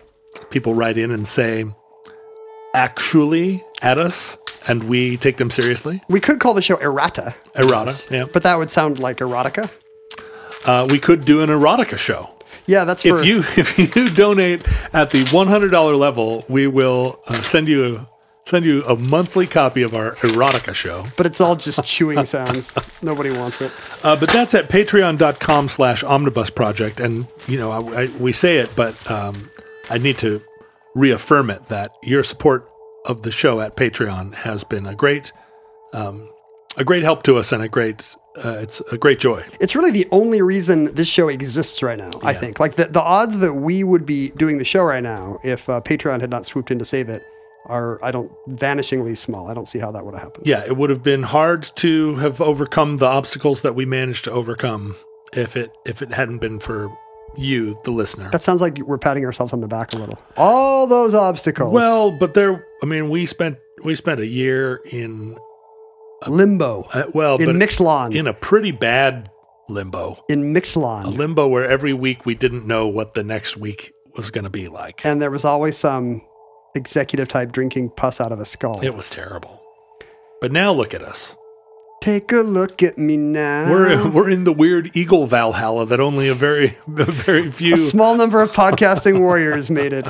people write in and say actually at us, and we take them seriously. We could call the show Errata, Errata, yeah. but that would sound like erotica. Uh, we could do an erotica show. Yeah, that's for If you if you donate at the one hundred dollar level, we will uh, send you a, send you a monthly copy of our erotica show. but it's all just chewing sounds. Nobody wants it. Uh, but that's at patreon.com slash omnibus project. And, you know, I, I, we say it, but um, I need to reaffirm it that your support of the show at Patreon has been a great, um, a great help to us and a great, uh, it's a great joy. It's really the only reason this show exists right now, I think. Like the, the odds that we would be doing the show right now if uh, Patreon had not swooped in to save it are, I don't, vanishingly small. I don't see how that would have happened. Yeah, it would have been hard to have overcome the obstacles that we managed to overcome if it if it hadn't been for you, the listener. That sounds like we're patting ourselves on the back a little. All those obstacles. Well, but there, I mean, we spent we spent a year in limbo. uh, well, but in Mixlon. in a pretty bad limbo. in A Mixlon. limbo where every week we didn't know what the next week was going to be like. and there was always some executive type drinking pus out of a skull. It was terrible. But now look at us. Take a look at me now. We're we're in the weird eagle Valhalla that only a very a very few a small number of podcasting warriors made it.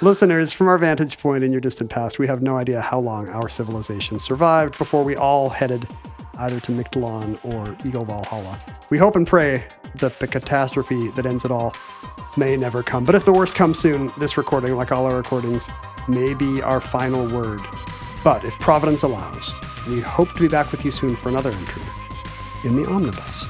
Listeners, from our vantage point in your distant past, we have no idea how long our civilization survived before we all headed either to Mictlan or Eagle Valhalla. We hope and pray that the catastrophe that ends it all may never come. But if the worst comes soon, this recording, like all our recordings, may be our final word. But if Providence allows, we hope to be back with you soon for another entry in the Omnibus.